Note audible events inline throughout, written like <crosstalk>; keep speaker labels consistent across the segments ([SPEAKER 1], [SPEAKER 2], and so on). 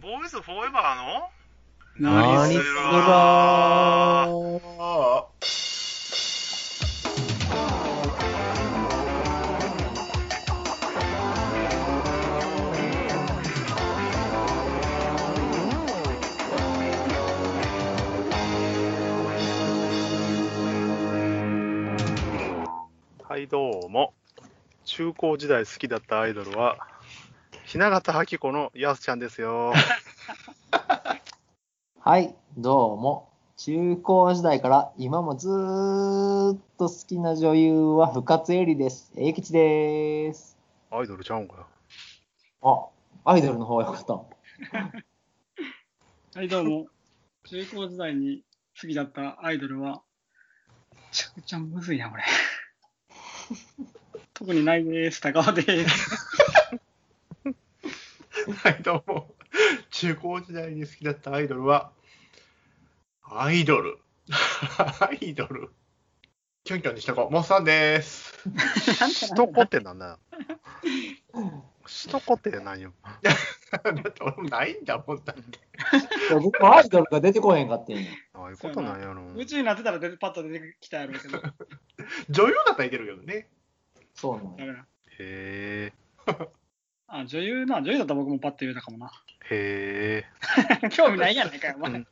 [SPEAKER 1] ボーイズフォーエバーの
[SPEAKER 2] 何するば
[SPEAKER 1] ー
[SPEAKER 2] ー
[SPEAKER 3] はい、どうも。中高時代好きだったアイドルは、雛形あき子のやすちゃんで
[SPEAKER 1] <laughs>
[SPEAKER 3] すよ。
[SPEAKER 4] はい、どうも。中高時代から今もずーっと好きな女優は深津絵里です。英吉です。
[SPEAKER 3] アイドルちゃうんかよ。
[SPEAKER 4] あ、アイドルの方がよかった。
[SPEAKER 2] はい、どうも。中高時代に好きだったアイドルは、めちゃくちゃむず
[SPEAKER 3] <laughs>
[SPEAKER 2] いな、これ。特にないです。高尾です。
[SPEAKER 5] はい、どうも。 <laughs> 中高時代に好きだったアイドルは、アイドル。 <laughs> アイドル。キョンキョンにしとこう。モスさんです。 <laughs>
[SPEAKER 3] しとこってなんだよ。しとこって何よ。
[SPEAKER 5] だって俺もないんだもんだって。
[SPEAKER 4] いや僕アイドルが出てこへんかってんよ
[SPEAKER 3] ああいうことなんやろ。
[SPEAKER 2] 夢中になってたら出てパッと出てきたやろう
[SPEAKER 3] <laughs>
[SPEAKER 2] けど。だか
[SPEAKER 5] 女優だったらいけるけどね。
[SPEAKER 4] そうなのよ。
[SPEAKER 2] ら、
[SPEAKER 3] へえ、
[SPEAKER 2] あ、女優な、女優だったら僕もパッと言うたか
[SPEAKER 3] <laughs>
[SPEAKER 2] もな。
[SPEAKER 3] へえ。
[SPEAKER 2] 興味ないやないかよ、お <laughs> 前。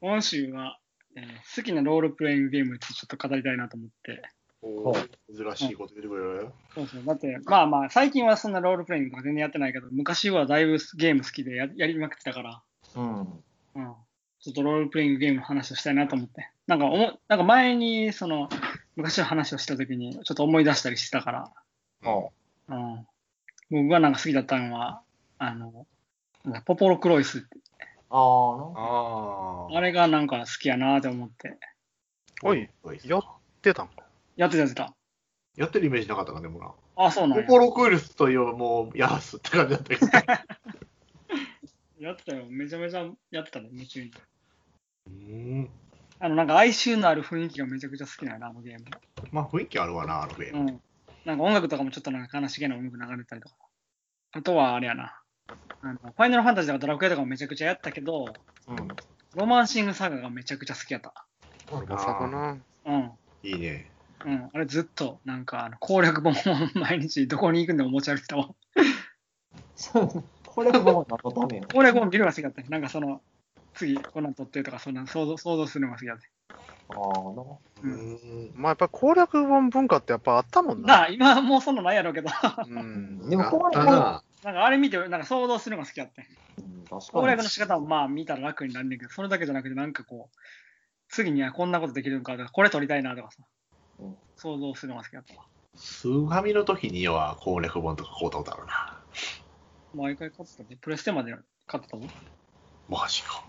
[SPEAKER 2] 今週は、えー好きなロールプレイングゲームについてちょっと語りたいなと思って。
[SPEAKER 5] おー珍しいこと言ってくれるよ。
[SPEAKER 2] そうそう。だって、まあまあ、最近はそんなロールプレイングとか全然やってないけど、昔はだいぶゲーム好きでややりまくってたから、
[SPEAKER 4] うん。
[SPEAKER 2] うん。ちょっとロールプレイングゲームの話をしたいなと思って。なんかおも、なんか前に、その、昔の話をした時に、ちょっと思い出したりしてたから、
[SPEAKER 4] あ
[SPEAKER 2] うん。僕がなんか好きだったのは、あの、ポポロクロイスって。
[SPEAKER 4] あー、なんか
[SPEAKER 5] あ
[SPEAKER 2] あれがなんか好きやなと思って。
[SPEAKER 3] おい、やってたんか。
[SPEAKER 2] やってたやってた。
[SPEAKER 5] やってるイメージなかったかね、もうな。
[SPEAKER 2] あ、そうなんや。
[SPEAKER 5] 心クイルスといえばもう、やすって感じだったけど。
[SPEAKER 2] やってたよ。めちゃめちゃやってたね、夢中に。
[SPEAKER 5] <laughs> うーん。
[SPEAKER 2] あの、なんか哀愁のある雰囲気がめちゃくちゃ好きなんやな、あのゲーム。
[SPEAKER 5] まあ、雰囲気あるわな、あのゲー
[SPEAKER 2] う
[SPEAKER 5] ム。
[SPEAKER 2] ん。なんか音楽とかもちょっとなんか悲しげな音楽流れたりとか。あとはあれやな。あのファイナルファンタジーとかドラクエとかもめちゃくちゃやったけど、
[SPEAKER 4] うん。
[SPEAKER 2] ロマンシングサガがめちゃくちゃ好きやった。
[SPEAKER 3] 俺もさかな。
[SPEAKER 2] うん。
[SPEAKER 5] いいね。
[SPEAKER 2] うん。あれずっと、なんかあの攻略本を毎日どこに行くんでも持ち歩いてたわ。
[SPEAKER 4] そうこれも何のためよ。
[SPEAKER 2] 攻略本見るのが好きだったね。なんかその、次こんなん取ってとか、そんなん想像想像するのが好きだった。
[SPEAKER 4] ああ、なんか
[SPEAKER 2] うん
[SPEAKER 5] ん。
[SPEAKER 3] まあやっぱ攻略本文化ってやっぱあったもん
[SPEAKER 2] な
[SPEAKER 3] な。
[SPEAKER 2] あ、今はもうそんなのないやろうけど、 <laughs>
[SPEAKER 3] うん。
[SPEAKER 4] でも攻略
[SPEAKER 5] あったな
[SPEAKER 2] なんかあれ見て、なんか想像するのが好きだった。
[SPEAKER 4] うん確
[SPEAKER 2] 攻
[SPEAKER 4] か
[SPEAKER 2] 略
[SPEAKER 4] に
[SPEAKER 2] の。仕方もまあ見たら楽になるんだけど、それだけじゃなくて、なんかこう、次にはこんなことできるのかとか、これ取りたいなとかさ
[SPEAKER 4] うん、
[SPEAKER 2] 想像するのが好きだったわ。
[SPEAKER 5] スーファミの時には攻略本とか買うたことあるな。
[SPEAKER 2] 毎回勝ってたね。プレステまで勝ってたもん。
[SPEAKER 5] マジか。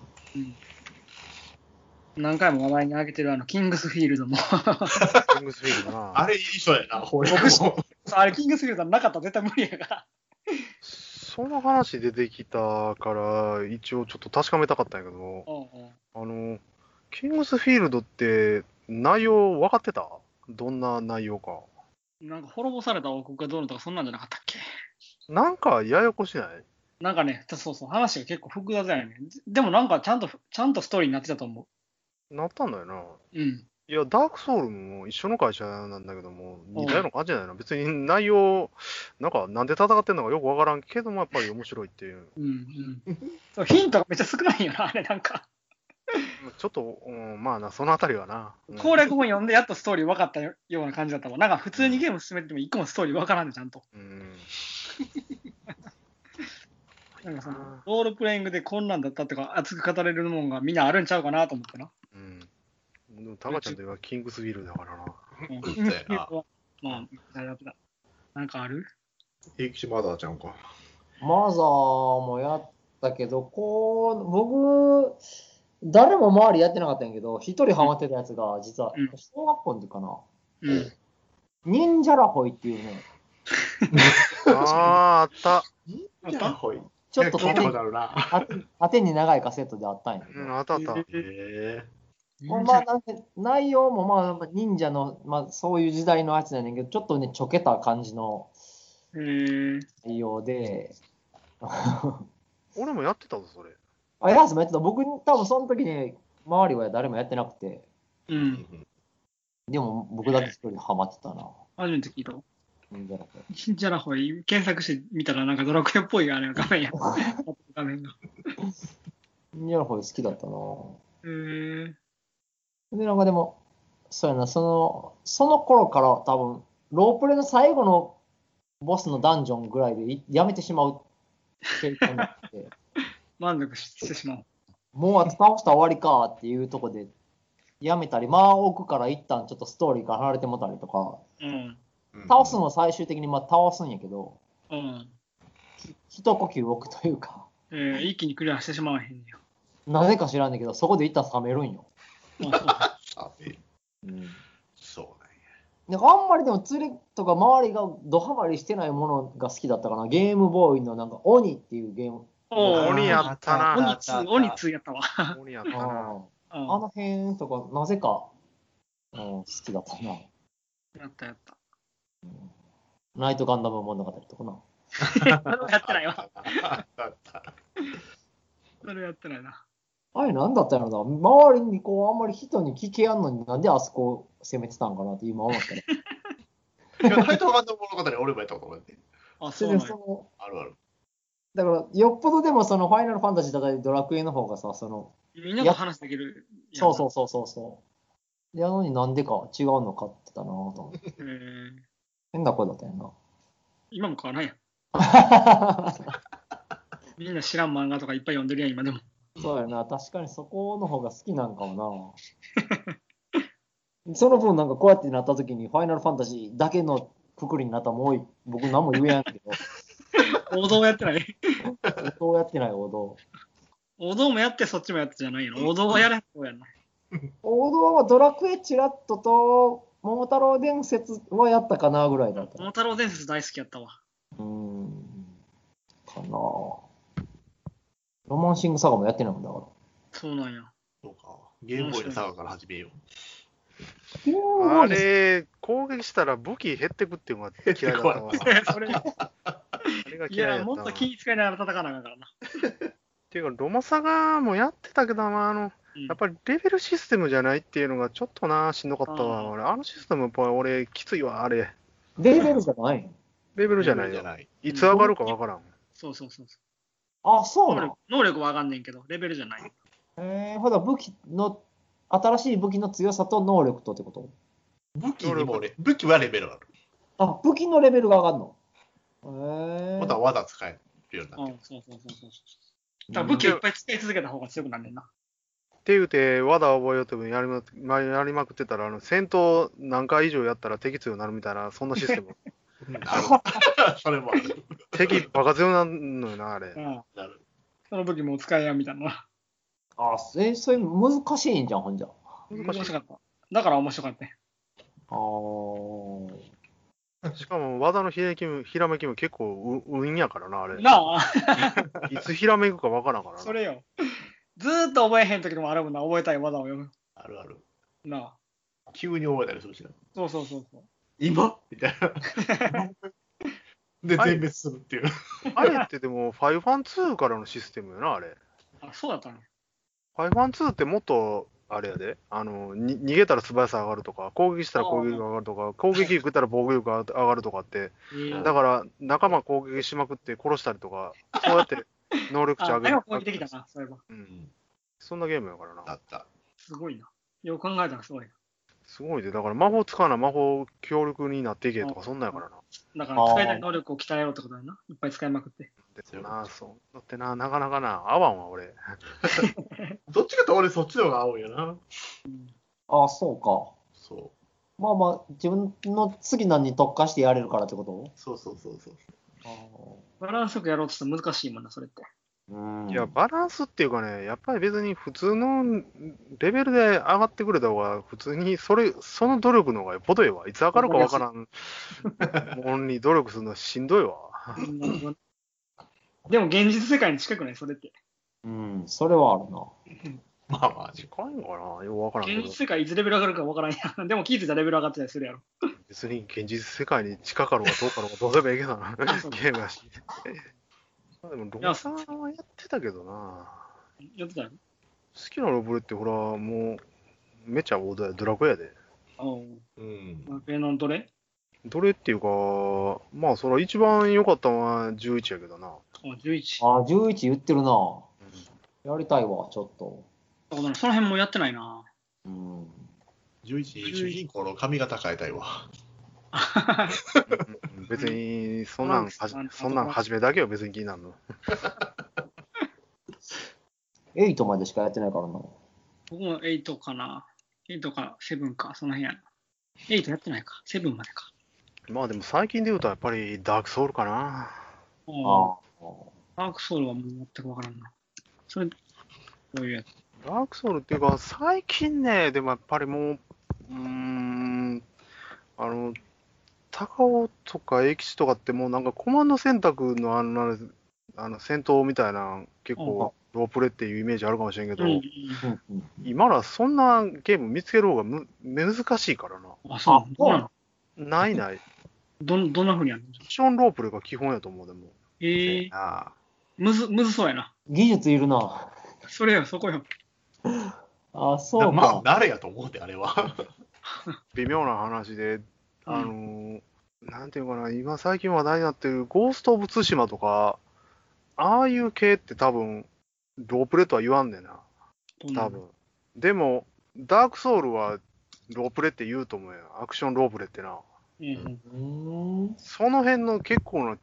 [SPEAKER 2] 何回も話題に挙げてるあの、キングスフィールドも。
[SPEAKER 3] キングスフィールドな。
[SPEAKER 5] あれ、いい人やな、攻略本。
[SPEAKER 2] あれ、キングスフィールドなかったら絶対無理やから。
[SPEAKER 3] その話出てきたから、一応ちょっと確かめたかったんやけど、
[SPEAKER 2] おうおう
[SPEAKER 3] あの、キングスフィールドって内容分かってたどんな内容か。
[SPEAKER 2] なんか滅ぼされた王国がどうのとか、そんなんじゃなかったっけ
[SPEAKER 3] なんかややこしない
[SPEAKER 2] なんかね、そうそう、話が結構複雑だよね。でもなんかちゃんと、ちゃんとストーリーになってたと思
[SPEAKER 3] なったんだよな。
[SPEAKER 2] う。うん。
[SPEAKER 3] いや、ダークソウルも一緒の会社なんだけども、似たような感じだよな。別に内容、なんか、なんで戦ってんのかよくわからんけども、やっぱり面白いっていう。
[SPEAKER 2] うん <laughs> うんそうヒントがめっちゃ少ないよな、あれなんか。
[SPEAKER 3] ちょっと、うん、まあな、そのあたりはな。うん
[SPEAKER 2] 攻略本読んでやっとストーリー分かったような感じだったもん。なんか普通にゲーム進めても一個もストーリー分からんで、ちゃんと。
[SPEAKER 3] うん。
[SPEAKER 2] なんかその、ロールプレイングでこんなんだったとか熱く語れるもんがみんなあるんちゃうかなと思ってな。
[SPEAKER 3] うん。でもタカちゃんといえばキングスフィールドだからな。
[SPEAKER 2] うん
[SPEAKER 5] そうやな
[SPEAKER 2] まあ、大丈夫だ。なんかある
[SPEAKER 5] 平吉マザーちゃんか。
[SPEAKER 4] マザーもやったけど、こう、僕、誰も周りやってなかったんやけど、一人ハマってたやつが、実は
[SPEAKER 2] うん、
[SPEAKER 4] 小学校の時かな。
[SPEAKER 2] うん。
[SPEAKER 4] 忍者ラホイっていうね、
[SPEAKER 3] あー、あった。
[SPEAKER 2] あった
[SPEAKER 5] ほい。
[SPEAKER 4] ちょっと
[SPEAKER 5] 聞い
[SPEAKER 4] 縦
[SPEAKER 5] た
[SPEAKER 4] に
[SPEAKER 5] ことあるな。
[SPEAKER 4] 縦縦に長いカセットであったんやけ
[SPEAKER 3] う <laughs>
[SPEAKER 4] ど、
[SPEAKER 3] ん、あったあった。
[SPEAKER 5] へ
[SPEAKER 4] ほんまあなんて内容もまあなんか忍者の、まあ、そういう時代のやつなんだけど、ちょっとね、ちょけた感じの
[SPEAKER 2] えー、
[SPEAKER 4] 内容で、
[SPEAKER 3] 俺もやってたぞ、それ。
[SPEAKER 4] あ、ヤースもやってた。僕、多分その時ね、周りは誰もやってなくて、
[SPEAKER 2] う。
[SPEAKER 5] うんん
[SPEAKER 4] でも僕だけ一人ハマってたな。
[SPEAKER 2] 初めて聞いたわ。
[SPEAKER 4] 忍者だけ
[SPEAKER 2] 忍者の方に検索してみたら、なんかドラクエっぽいあれが画面や。画面が。
[SPEAKER 4] 忍者の方好きだったな。
[SPEAKER 2] へー
[SPEAKER 4] で、なんかでも、そうやな、その、その頃から多分、ロープレの最後のボスのダンジョンぐらいでいやめてしまう経験になって、 <laughs>
[SPEAKER 2] 満足してしまう。
[SPEAKER 4] もうあと倒したら終わりかっていうとこで、やめたり、まあ奥から一旦ちょっとストーリーから離れてもたりとか、
[SPEAKER 2] うん。
[SPEAKER 4] 倒すのは最終的にまあ倒すんやけど、
[SPEAKER 2] うん。
[SPEAKER 4] 一呼吸置くというか、 <laughs>
[SPEAKER 2] えー一気にクリアしてしまわへんねや。
[SPEAKER 4] なぜか知らんねんけど、そこで一旦冷めるんよ。
[SPEAKER 2] あ
[SPEAKER 5] あえ
[SPEAKER 4] うん
[SPEAKER 5] そうなんや。
[SPEAKER 4] なんかあんまりでも釣りとか周りがドハマりしてないものが好きだったかな。ゲームボーイのなんか鬼っていうゲーム。
[SPEAKER 2] そうおー
[SPEAKER 3] 鬼やったな。
[SPEAKER 2] 鬼ツー、鬼ツーやったわ。
[SPEAKER 3] 鬼やった
[SPEAKER 4] あ
[SPEAKER 3] な。
[SPEAKER 2] う
[SPEAKER 4] あ
[SPEAKER 2] ん。
[SPEAKER 4] の辺とか、なぜか、うん、好きだったな。
[SPEAKER 2] やったやった。
[SPEAKER 4] ナイトガンダム物語とかな。
[SPEAKER 2] それはやってないわ。
[SPEAKER 5] だった。
[SPEAKER 2] それはやってないな。
[SPEAKER 4] あれなんだったんやろな。周りにこう、あんまり人に聞けやんのになんであそこ攻めてたんかなって今思ったら。
[SPEAKER 5] いや、ナイトガンダム物語、俺もやったことあるね。
[SPEAKER 2] あ、
[SPEAKER 4] そ
[SPEAKER 2] <laughs> そう
[SPEAKER 4] れで
[SPEAKER 2] なんや
[SPEAKER 4] その、
[SPEAKER 5] あるある。
[SPEAKER 4] だから、よっぽどでもその、ファイナルファンタジーだったり、ドラクエの方がさ、その、
[SPEAKER 2] みんなと話できる。
[SPEAKER 4] そうそうそうそうそう。やのになんでか違うの買ってたなぁと思って。
[SPEAKER 2] う。えー
[SPEAKER 4] 変な声だったよな。
[SPEAKER 2] 今も変わらんやん。みんな知らん漫画とかいっぱい読んでるやん、今でも。
[SPEAKER 4] そうやな、確かにそこの方が好きなんかもな。その分、なんかこうやってなった時に、ファイナルファンタジーだけのくくりになったらもうい僕何も言えやんけど、
[SPEAKER 2] 王道やってない。 <laughs>
[SPEAKER 4] そうやってない王道。
[SPEAKER 2] 王道もやって、そっちもやってじゃないの。王道はやらん方やな。
[SPEAKER 4] 王道はドラクエチラッとと、桃太郎伝説はやったかなぐらいだった。
[SPEAKER 2] 桃太郎伝説大好きやったわ。
[SPEAKER 4] うーん、かなぁロマンシングサガもやってないもんだから。
[SPEAKER 2] そうなんや。
[SPEAKER 5] そうか。ゲームボーイのサガから始めよう。
[SPEAKER 4] ゲームボー
[SPEAKER 3] あ
[SPEAKER 4] イです
[SPEAKER 3] れ、攻撃したら武器減ってくっていうのが嫌いだったわ。
[SPEAKER 2] <laughs> それ
[SPEAKER 3] あれが
[SPEAKER 2] い
[SPEAKER 3] 嫌いだ
[SPEAKER 2] や、
[SPEAKER 3] った
[SPEAKER 2] も
[SPEAKER 3] わ
[SPEAKER 2] っと気遣いながら戦わなあかんからな。
[SPEAKER 3] っていうか、ロマサガもやってたけど、まあ、あの、
[SPEAKER 2] うん
[SPEAKER 3] やっぱりレベルシステムじゃないっていうのがちょっとな、しんどかった
[SPEAKER 2] あ
[SPEAKER 3] わ。
[SPEAKER 2] ー
[SPEAKER 3] 俺、あのシステムやっぱ俺、きついわ、あれ。
[SPEAKER 4] レベルじゃないの
[SPEAKER 3] レベルじゃないよ。いつ上がるかわからん。
[SPEAKER 2] そうそうそうそ
[SPEAKER 4] あ、そううなの
[SPEAKER 2] 能力。能力は上がんねんけど、レベルじゃない。
[SPEAKER 4] えー、ほら武器の新しい武器の強さと能力とってこと
[SPEAKER 5] 武器にもね、武器はレベルある。
[SPEAKER 4] あ武器のレベルが上がるのえー、
[SPEAKER 5] また技使えるようにな
[SPEAKER 2] う
[SPEAKER 5] っ
[SPEAKER 2] ん
[SPEAKER 5] て、
[SPEAKER 2] そうそうそうそうそう。だから武器をいっぱい使い続けた方が強くなんねんな。
[SPEAKER 3] って言うて、わだ覚えようってもやりままやりまくってたら、あの戦闘何回以上やったら敵強になるみたいな、そんなシステム。
[SPEAKER 5] ある <laughs> それもある。
[SPEAKER 3] 敵バカ強になるのよな、あれ。
[SPEAKER 2] うん。
[SPEAKER 5] なる
[SPEAKER 2] その武器もう使えやんみたいな。
[SPEAKER 4] あえそれ難しいんじゃんほんじゃあ
[SPEAKER 2] 面
[SPEAKER 3] 難しい
[SPEAKER 2] 白かった。だから面白かったね。
[SPEAKER 4] あー
[SPEAKER 3] しかも、技のひらめきもひらめきも結構う運やからな、あれ。
[SPEAKER 2] なあ、
[SPEAKER 3] いつひらめくかわからんからな。
[SPEAKER 2] それよ。ずーっと覚えへん時でもあるもんな、覚えたい技を読む。
[SPEAKER 5] あるある。
[SPEAKER 2] なあ。
[SPEAKER 5] 急に覚えたりするしな。
[SPEAKER 2] そうそうそうそう。
[SPEAKER 5] 今みたいな。で、全
[SPEAKER 3] はい
[SPEAKER 5] 滅するっていう。
[SPEAKER 3] あれってでも、512からのシステムよな、あれ。
[SPEAKER 2] あ、そうだったの
[SPEAKER 3] 512ってもっと、あれやで、あの、に逃げたら素早さ上がるとか、攻撃したら攻撃が上がるとか、攻撃食ったら防御力が上がるとかって、
[SPEAKER 5] うん
[SPEAKER 3] だから仲間攻撃しまくって殺したりとか、そうやって能力値
[SPEAKER 2] <laughs> あ、
[SPEAKER 3] 上げ
[SPEAKER 2] で
[SPEAKER 3] る
[SPEAKER 2] も。攻撃できたな、そういえば。
[SPEAKER 3] うん。そんなゲームやから
[SPEAKER 5] だ
[SPEAKER 3] な。
[SPEAKER 5] った。
[SPEAKER 2] すごいな。よく考えたらすごい
[SPEAKER 3] すごいで、だから魔法使うな、魔法強力になっていけとか、そんなんやからな。
[SPEAKER 2] な。だから使えない能力を鍛えようってことだよな。いっぱい使いまくって。
[SPEAKER 3] でな、そう。だってな、なかなかな、合わんわ、俺。
[SPEAKER 5] どっちかと俺そっちの方が合うんやな。
[SPEAKER 4] あそうか
[SPEAKER 5] そ
[SPEAKER 4] まあまあ自分の次何に特化してやれるからってこ
[SPEAKER 5] う。そうそうそうそう。
[SPEAKER 4] とあ
[SPEAKER 2] バランスよくやろうとしたら難しいもんな、それ
[SPEAKER 3] <laughs>
[SPEAKER 2] って。
[SPEAKER 4] ーうん
[SPEAKER 3] いや、バランスっていうかね、やっぱり別に普通のレベルで上がってくれた方が、普通にそれ、その努力の方がよっぽどええわ。いつ上がるかわからんもんに努力するのしんどいわ。
[SPEAKER 2] なるほどでも現実世界に近くない、それって。
[SPEAKER 4] うんそれはあるな
[SPEAKER 5] まあまあ、
[SPEAKER 3] 時間かな、ようわからんけ
[SPEAKER 2] 現
[SPEAKER 3] ど
[SPEAKER 2] 実、世界いつレベル上がるかわからんやん。でも気づいたらレベル上がってたりするやろ。
[SPEAKER 3] 別に現実世界に近かろうがどうかろうがどうでもええけどな、ゲームやし。まあでも、ロブさんはやってたけどな。
[SPEAKER 2] やってたよ。
[SPEAKER 3] 好きなロブレってほら、もう、めちゃ大台ドラクエやで。
[SPEAKER 2] ああ、
[SPEAKER 5] うん。
[SPEAKER 2] 上のどれ
[SPEAKER 3] どれっていうか、まあ、そら一番良かったのは11やけどな。
[SPEAKER 2] あ ?11。
[SPEAKER 4] ああ、11言ってるな。やりたいわ、ちょっと。
[SPEAKER 2] その辺もやってないな。
[SPEAKER 4] うん。
[SPEAKER 5] 11主人公の髪型変えたいわ。
[SPEAKER 3] うん別に、そんなんはじ、そんなん始めだけは別に気になるの。
[SPEAKER 4] 8までしかやってないからな。
[SPEAKER 2] 僕も8かな。8か7か、その辺やな。8やってないか。7までか。
[SPEAKER 3] まあでも最近で言うとやっぱりダークソウルかな。
[SPEAKER 2] ああ。
[SPEAKER 4] ああ。
[SPEAKER 2] ダークソウルはもう全くわからんな。それ、こういうやつ。
[SPEAKER 3] ダークソウルっていうか、最近ね、でもやっぱりもう、うーん、あの、高尾とか英吉とかってもうなんかコマンド選択のあの、あの戦闘みたいな、結構ロープレっていうイメージあるかもしれんけど、
[SPEAKER 2] うん。
[SPEAKER 4] うんうん。
[SPEAKER 3] 今らそんなゲーム見つける方がむ難しいからな。
[SPEAKER 2] あ、そうなの。どうなの
[SPEAKER 3] ない
[SPEAKER 2] <laughs>
[SPEAKER 3] ない。
[SPEAKER 2] どんどんなふうにやるの
[SPEAKER 3] アクションロープレが基本やと思うでも。
[SPEAKER 2] ええー、
[SPEAKER 5] ああ。
[SPEAKER 2] むず、むずそうやな。
[SPEAKER 4] 技術いるな。
[SPEAKER 2] それよ、そこよ。
[SPEAKER 4] ああ、そう
[SPEAKER 5] ま
[SPEAKER 4] か。
[SPEAKER 5] あ、誰やと思うで、あれは。
[SPEAKER 3] 微妙な話で、あのーなんていうかな、今最近話題になってるゴースト・オブ・ツシマとか、ああいう系って多分、ロープレとは言わんねんな、
[SPEAKER 2] どんな
[SPEAKER 3] 多分。でも、ダークソウルはロープレって言うと思うやん、アクションロープレってな。
[SPEAKER 2] うんうん
[SPEAKER 4] うーん。
[SPEAKER 3] その辺の結構な、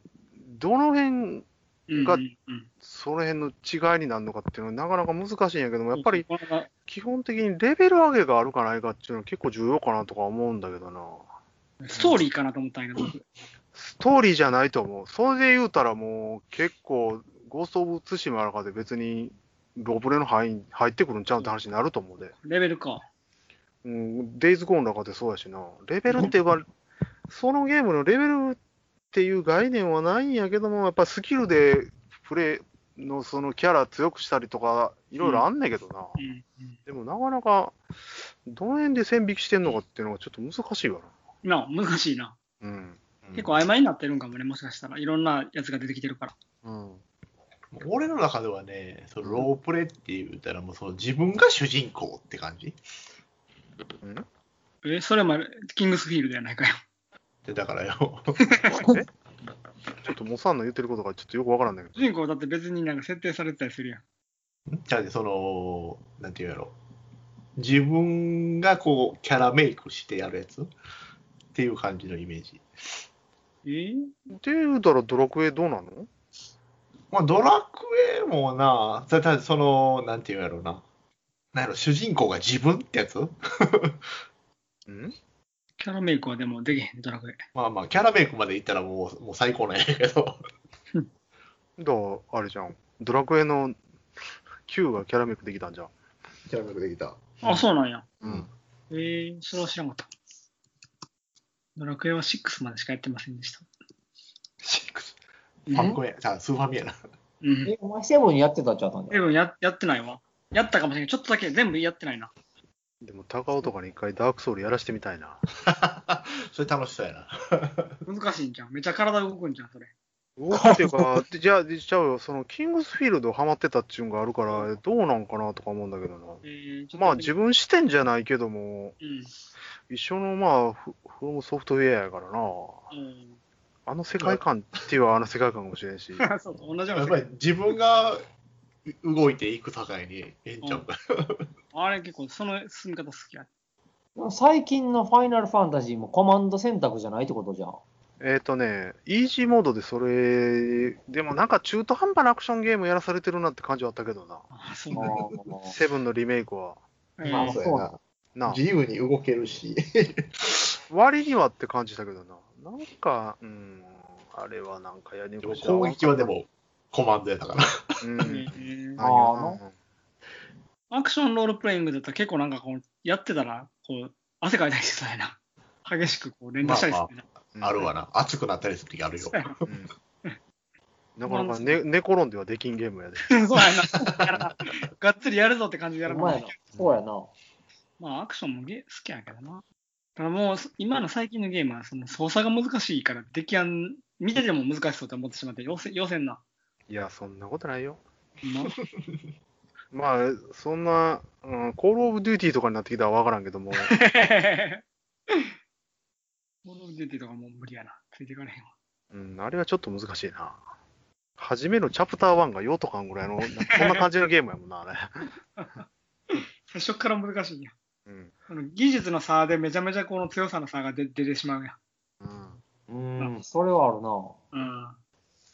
[SPEAKER 3] どの辺、
[SPEAKER 2] うん。
[SPEAKER 3] が
[SPEAKER 2] うんうん
[SPEAKER 3] その辺の違いになるのかっていうのはなかなか難しいんやけども、やっぱり
[SPEAKER 2] これが
[SPEAKER 3] 基本的にレベル上げがあるかないかっていうのは結構重要かなとか思うんだけどな。
[SPEAKER 2] ストーリーかなと思ったんやけど、僕
[SPEAKER 3] ストーリーじゃないと思う。それで言うたらもう結構、ゴースト・オブ・ツシマの中で別にロブレの範囲に入ってくるんちゃうって話になると思うで。
[SPEAKER 2] レベルか。
[SPEAKER 3] うん、デイズ・ゴーンの中でそうやしな。レベルっていうか、そのゲームのレベルっていう概念はないんやけども、やっぱスキルでプレイのそのキャラ強くしたりとか、いろいろあんねんけどな。
[SPEAKER 2] うんうん
[SPEAKER 3] でもなかなか、どの辺で線引きしてんのかっていうのがちょっと難しいわ
[SPEAKER 2] なあ、難しいな。
[SPEAKER 3] な。うん。
[SPEAKER 2] 結構曖昧になってるんかもね、もしかしたら。いろんなやつが出てきてるから。
[SPEAKER 3] うん。
[SPEAKER 5] 俺の中ではね、そのロープレって言ったら、もうその自分が主人公って感じ。
[SPEAKER 3] うん、
[SPEAKER 2] え、それもキングスフィールドやないかよ。 <laughs>
[SPEAKER 5] で、だからよ。 <laughs>
[SPEAKER 3] ちょっとモサンの言ってることがちょっとよくわからんだけど。
[SPEAKER 2] 主人公だって別になんか設定されてたりするやん。
[SPEAKER 5] じゃあね、その、なんていうやろ。自分がこう、キャラメイクしてやるやつっていう感じのイメージ。
[SPEAKER 2] え
[SPEAKER 3] って言うたらドラクエどうなの
[SPEAKER 5] まあ、ドラクエもな、ただその、なんていうんやろな。なんやろ、主人公が自分ってやつ
[SPEAKER 3] ん
[SPEAKER 2] キャラメイクはでもできへん、ドラクエ。
[SPEAKER 5] まあまあ、キャラメイクまでいったらもう、もう最高なんやけど。
[SPEAKER 3] だからあれじゃん。ドラクエの Q がキャラメイクできたんじゃん。
[SPEAKER 5] キャラメイクできた。
[SPEAKER 2] あ、そうなんや。
[SPEAKER 5] うん。
[SPEAKER 2] えー、それは知らんかった。ドラクエは6までしかやってませんでした。
[SPEAKER 5] シックス。
[SPEAKER 2] うん
[SPEAKER 5] ファミコンや。じゃあ、スーファミやな。
[SPEAKER 2] うん。
[SPEAKER 4] え、お前セブンやってたんちゃったんじゃ
[SPEAKER 2] 多分ややってないわ。やったかもしれない。ちょっとだけ全部やってないな。
[SPEAKER 3] でも高尾とかに一回ダークソウルやらしてみたいな。
[SPEAKER 5] それ楽しそうやな。
[SPEAKER 2] 難しいんじゃん。めちゃ体動くんじゃん、それ。
[SPEAKER 3] 動くっていうか、でじゃあ、ちゃうよ、そのキングスフィールドハマってたっちゅうんがあるから、どうなんかなとか思うんだけどな。
[SPEAKER 2] えー、ちょっと
[SPEAKER 3] まあ自分視点じゃないけども、
[SPEAKER 2] うん。
[SPEAKER 3] 一緒のまあフ、フロムソフトウェアやからな。
[SPEAKER 2] うん
[SPEAKER 3] あの世界観っていうのはあの世界観かもしれん <laughs> し。
[SPEAKER 2] あ <laughs> そう同じような世
[SPEAKER 5] やっぱ
[SPEAKER 2] 界
[SPEAKER 5] り自分が動いていく境に、ええんちゃうか。
[SPEAKER 2] あれ結構その進み方好きや。
[SPEAKER 4] ん。最近のファイナルファンタジーもコマンド選択じゃないってことじゃん。
[SPEAKER 3] えっ、とね、イージーモードでそれ、でもなんか中途半端なアクションゲームやらされてるなって感じはあったけどな。
[SPEAKER 2] あそう
[SPEAKER 4] あ
[SPEAKER 2] なんだ。
[SPEAKER 4] ー
[SPEAKER 3] セブンのリメイクは。
[SPEAKER 2] え
[SPEAKER 4] まあ
[SPEAKER 2] ー
[SPEAKER 4] そうやな
[SPEAKER 3] なあ
[SPEAKER 5] 自由に動けるし。
[SPEAKER 3] 割にはって感じだけどな。なんか、うん、あれはなんかやりに
[SPEAKER 5] で
[SPEAKER 3] く
[SPEAKER 5] も
[SPEAKER 3] いしな
[SPEAKER 5] 攻撃はで。もコマンドやったから。
[SPEAKER 3] うん。
[SPEAKER 2] えー
[SPEAKER 3] なんよな
[SPEAKER 2] アクションロールプレイングだったら結構なんかこうやってたらこう汗かいたりしそうやな。激しくこう連打したりするな。
[SPEAKER 3] うん
[SPEAKER 5] あるわな。熱くなったりする時あるよ
[SPEAKER 2] そう。やな
[SPEAKER 3] うんなかなか寝寝転んではできんゲームやで。
[SPEAKER 2] <laughs> そうやな。がっつりやるぞって感じでやる
[SPEAKER 4] お
[SPEAKER 2] もん
[SPEAKER 4] 前や
[SPEAKER 2] ね
[SPEAKER 4] な。。そうやな。
[SPEAKER 2] まあアクションもゲ好きやけどな。ただもう今の最近のゲームはその操作が難しいから出来やん見てても難しそうと思ってしまって要せ要せんな。
[SPEAKER 3] いや、そんなことないよ。
[SPEAKER 2] ほんま <laughs>
[SPEAKER 3] まあ、そんな、うん、コールオブデューティーとかになってきたらわからんけども、
[SPEAKER 2] モノデューティとかもう無理やな。ついていかれへんわ。
[SPEAKER 3] うん、あれはちょっと難しいな。初めのチャプター1がヨトカンぐらいの、なこんな感じのゲームやもんな、あれ。
[SPEAKER 2] 最初から難しいやん。
[SPEAKER 3] <laughs> うん。
[SPEAKER 2] あの技術の差でめちゃめちゃこの強さの差が出出てしまうやん。
[SPEAKER 4] うん、それはあるな。
[SPEAKER 2] うん。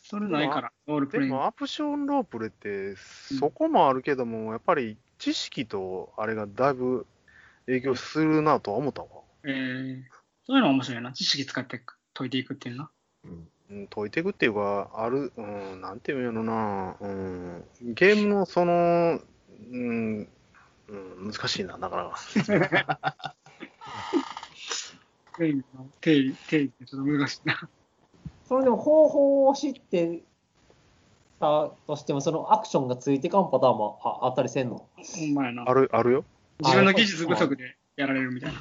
[SPEAKER 2] それないから、ロール
[SPEAKER 3] で
[SPEAKER 2] プレイング。
[SPEAKER 3] も、アプションロープレって、そこもあるけども、やっぱり知識とあれがだいぶ影響するなとは思ったわ。
[SPEAKER 2] えー、そういうの面白いな。知識使ってく解いていくっていうな。
[SPEAKER 3] うん、解いていくっていうか、ある、うん、なんていうんやろな、うん、ゲームのその、うん、うん、難しいな、だから。
[SPEAKER 2] プレイングの定義、定義ってちょっと難しい
[SPEAKER 3] <laughs>
[SPEAKER 2] な。
[SPEAKER 4] それでも方法を知ってたとしても、そのアクションがついてかんパターンもああったりせんの。
[SPEAKER 2] ほんまやな
[SPEAKER 3] あ。る、あるよ。
[SPEAKER 2] 自分の技術不足でやられるみたいな。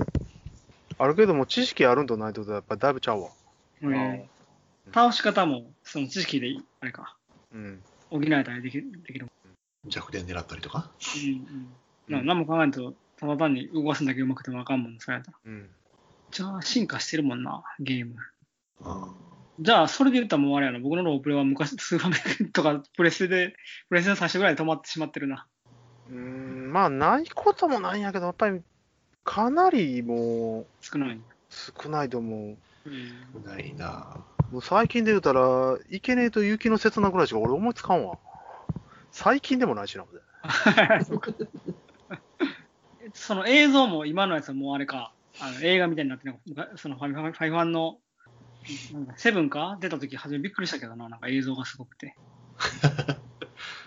[SPEAKER 3] あるけども、知識あるんとないとではやっぱりだいぶちゃうわ。
[SPEAKER 4] ん
[SPEAKER 2] えー倒し方も、その知識でいい、あれか、
[SPEAKER 3] うん。
[SPEAKER 2] 補えたりできる。できる
[SPEAKER 5] 弱点狙ったりとか。
[SPEAKER 2] うんうん、な何も考えんと、ただ単に動かすだけうまくてもあかんもんね、それやったら。
[SPEAKER 3] うん。
[SPEAKER 2] じゃあ、進化してるもんな、ゲーム。
[SPEAKER 5] うん
[SPEAKER 2] じゃあ、それで言ったらもうあれやな、僕のロープレは昔、スーファミとかプレステで、プレステの最初ぐらいで止まってしまってるな。
[SPEAKER 3] うん、まあ、ないこともないんやけど、やっぱり、かなりもう、
[SPEAKER 2] 少ない。
[SPEAKER 3] 少ないと思う。
[SPEAKER 2] うん
[SPEAKER 5] ないな
[SPEAKER 3] もう最近で言うたら、いけねえと雪の刹那ぐらいしか俺思いつかんわ。最近でもないしな、ほんで
[SPEAKER 2] その映像も今のやつはもうあれか、あの映画みたいになってるそのファミファミファイファンの、なんだセブンか出た時初めびっくりしたけどな、なんか映像がすごくて。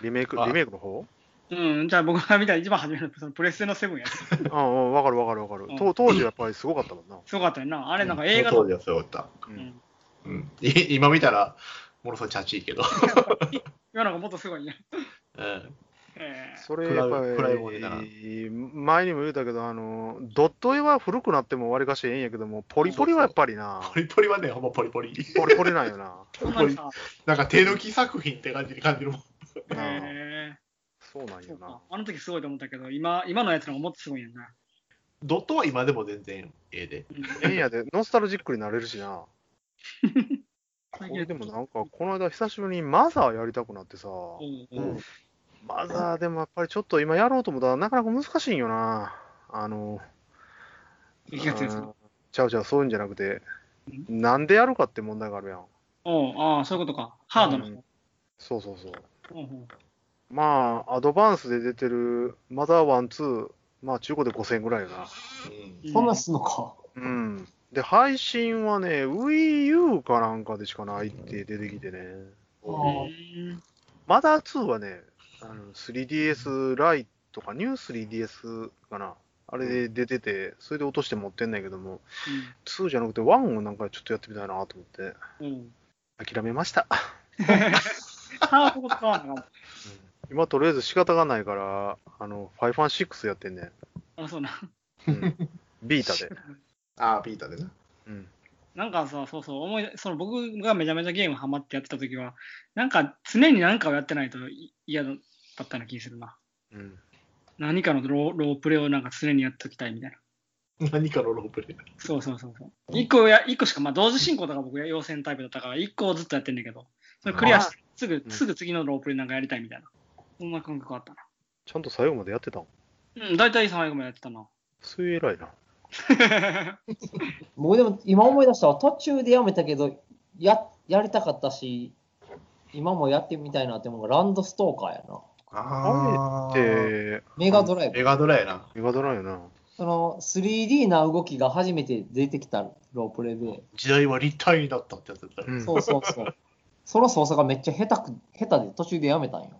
[SPEAKER 3] リメイク、
[SPEAKER 5] あ
[SPEAKER 3] リメイクの方
[SPEAKER 2] うん、じゃあ僕が見た一番初めのそのプレステのセブンやつ。
[SPEAKER 3] うんうん、わかるわかるわかる
[SPEAKER 2] うん。
[SPEAKER 3] と当時はやっぱりすごかったもんな。
[SPEAKER 2] すごかったよな。あれなんか
[SPEAKER 5] うん
[SPEAKER 2] 映画
[SPEAKER 5] その
[SPEAKER 2] と
[SPEAKER 5] 当時はそうだった。
[SPEAKER 3] う
[SPEAKER 2] うんん、
[SPEAKER 5] うん、い今見たら、ものすごいチャチいけど。
[SPEAKER 2] 今なんかもっとすごいね。
[SPEAKER 5] うん
[SPEAKER 2] えー
[SPEAKER 3] それ
[SPEAKER 5] 暗い
[SPEAKER 3] やっぱり、
[SPEAKER 5] 暗いもんだな
[SPEAKER 3] 前にも言うたけど、あの、ドット絵は古くなってもわりかしええんやけども、ポリポリはやっぱりな、
[SPEAKER 5] <laughs> ポリポリはね、ほんまポリポリ。
[SPEAKER 3] ポリポリなんよな。
[SPEAKER 2] そんなにさ、
[SPEAKER 5] なんか手抜き作品って感じに感じるも
[SPEAKER 3] う
[SPEAKER 5] ん。
[SPEAKER 3] ん
[SPEAKER 2] え
[SPEAKER 3] そうなん
[SPEAKER 2] ー、そ
[SPEAKER 3] よ
[SPEAKER 2] う
[SPEAKER 3] な
[SPEAKER 2] か。。あの時すごいと思ったけど、今今のやつの方がもっとすごいんやな。
[SPEAKER 5] ドットは今でも全然ええで。
[SPEAKER 2] うん
[SPEAKER 3] ええんやで、ノスタルジックになれるしな。こ
[SPEAKER 2] 最近
[SPEAKER 3] れでもなんか、この間久しぶりにマザーやりたくなってさ、
[SPEAKER 2] う
[SPEAKER 4] うんん。
[SPEAKER 3] マザーでもやっぱりちょっと今やろうと思ったらなかなか難しいんよな。あの、
[SPEAKER 2] 激アツやつ
[SPEAKER 3] うんちゃうちゃう、そういうんじゃなくて、なんでやるかって問題があるやん。
[SPEAKER 2] おうああ、そういうことか。ハードの
[SPEAKER 3] うんそうそうそう。
[SPEAKER 2] 方。うんうん
[SPEAKER 3] まあ、アドバンスで出てるマザー1、2、まあ中古で5000円ぐらいよな。
[SPEAKER 5] うん
[SPEAKER 4] そんなんすんのか。
[SPEAKER 3] うん。で、配信はね、Wii U かなんかでしかないって出てきてね。
[SPEAKER 4] うん
[SPEAKER 2] うん
[SPEAKER 3] マザー2はね、あの 3DS ライトか、ニュー 3DS かな。あれで出てて、それで落として持ってんだけども、2じゃなくて1をなんかちょっとやってみたいなと思って、
[SPEAKER 2] うんうん
[SPEAKER 3] 諦めました。
[SPEAKER 2] ハードごと変わんのか
[SPEAKER 3] 今とりあえず仕方がないから、あの、ファイファン6やってんね。
[SPEAKER 2] も。あ、そうな。
[SPEAKER 3] うん、ビータで。
[SPEAKER 2] <laughs>
[SPEAKER 5] ああ、ピーターでな。 <laughs>
[SPEAKER 3] うん。
[SPEAKER 2] なんかさ、そうそう、思いその僕がめちゃめちゃゲームハマってやってた時は、なんか常に何かをやってないとい嫌だったような気がするな。
[SPEAKER 3] うん。
[SPEAKER 2] 何かのローロープレをなんか常にやっときたいみたいな。
[SPEAKER 5] 何かのロープレイ。
[SPEAKER 2] そうそうそうそう。一個や、一個しか、まあ同時進行とか僕要戦タイプだったから、一個をずっとやってんだけど、それクリアして、すぐ
[SPEAKER 3] う、ん
[SPEAKER 2] すぐ次のロープレなんかやりたいみたいな。そんな感覚あった
[SPEAKER 3] ちゃんと最後までやってたん
[SPEAKER 2] な。うん、大体最後までやってたな。
[SPEAKER 3] そういう偉いな。
[SPEAKER 4] 僕でも今思い出したわ。途中でやめたけど、ややりたかったし、今もやってみたいなって思うのがランドストーカーやな。
[SPEAKER 5] ああ。
[SPEAKER 3] で、
[SPEAKER 4] メガドライブ。
[SPEAKER 5] 映画ドラやな。
[SPEAKER 3] メガドラよな。
[SPEAKER 4] その 3D な動きが初めて出てきたロープレイで。
[SPEAKER 5] 時代は立体になったってやつだった
[SPEAKER 3] う
[SPEAKER 5] ら。
[SPEAKER 3] ん
[SPEAKER 4] そうそうそう。その操作がめっちゃ下手く下手で途中でやめたんよ。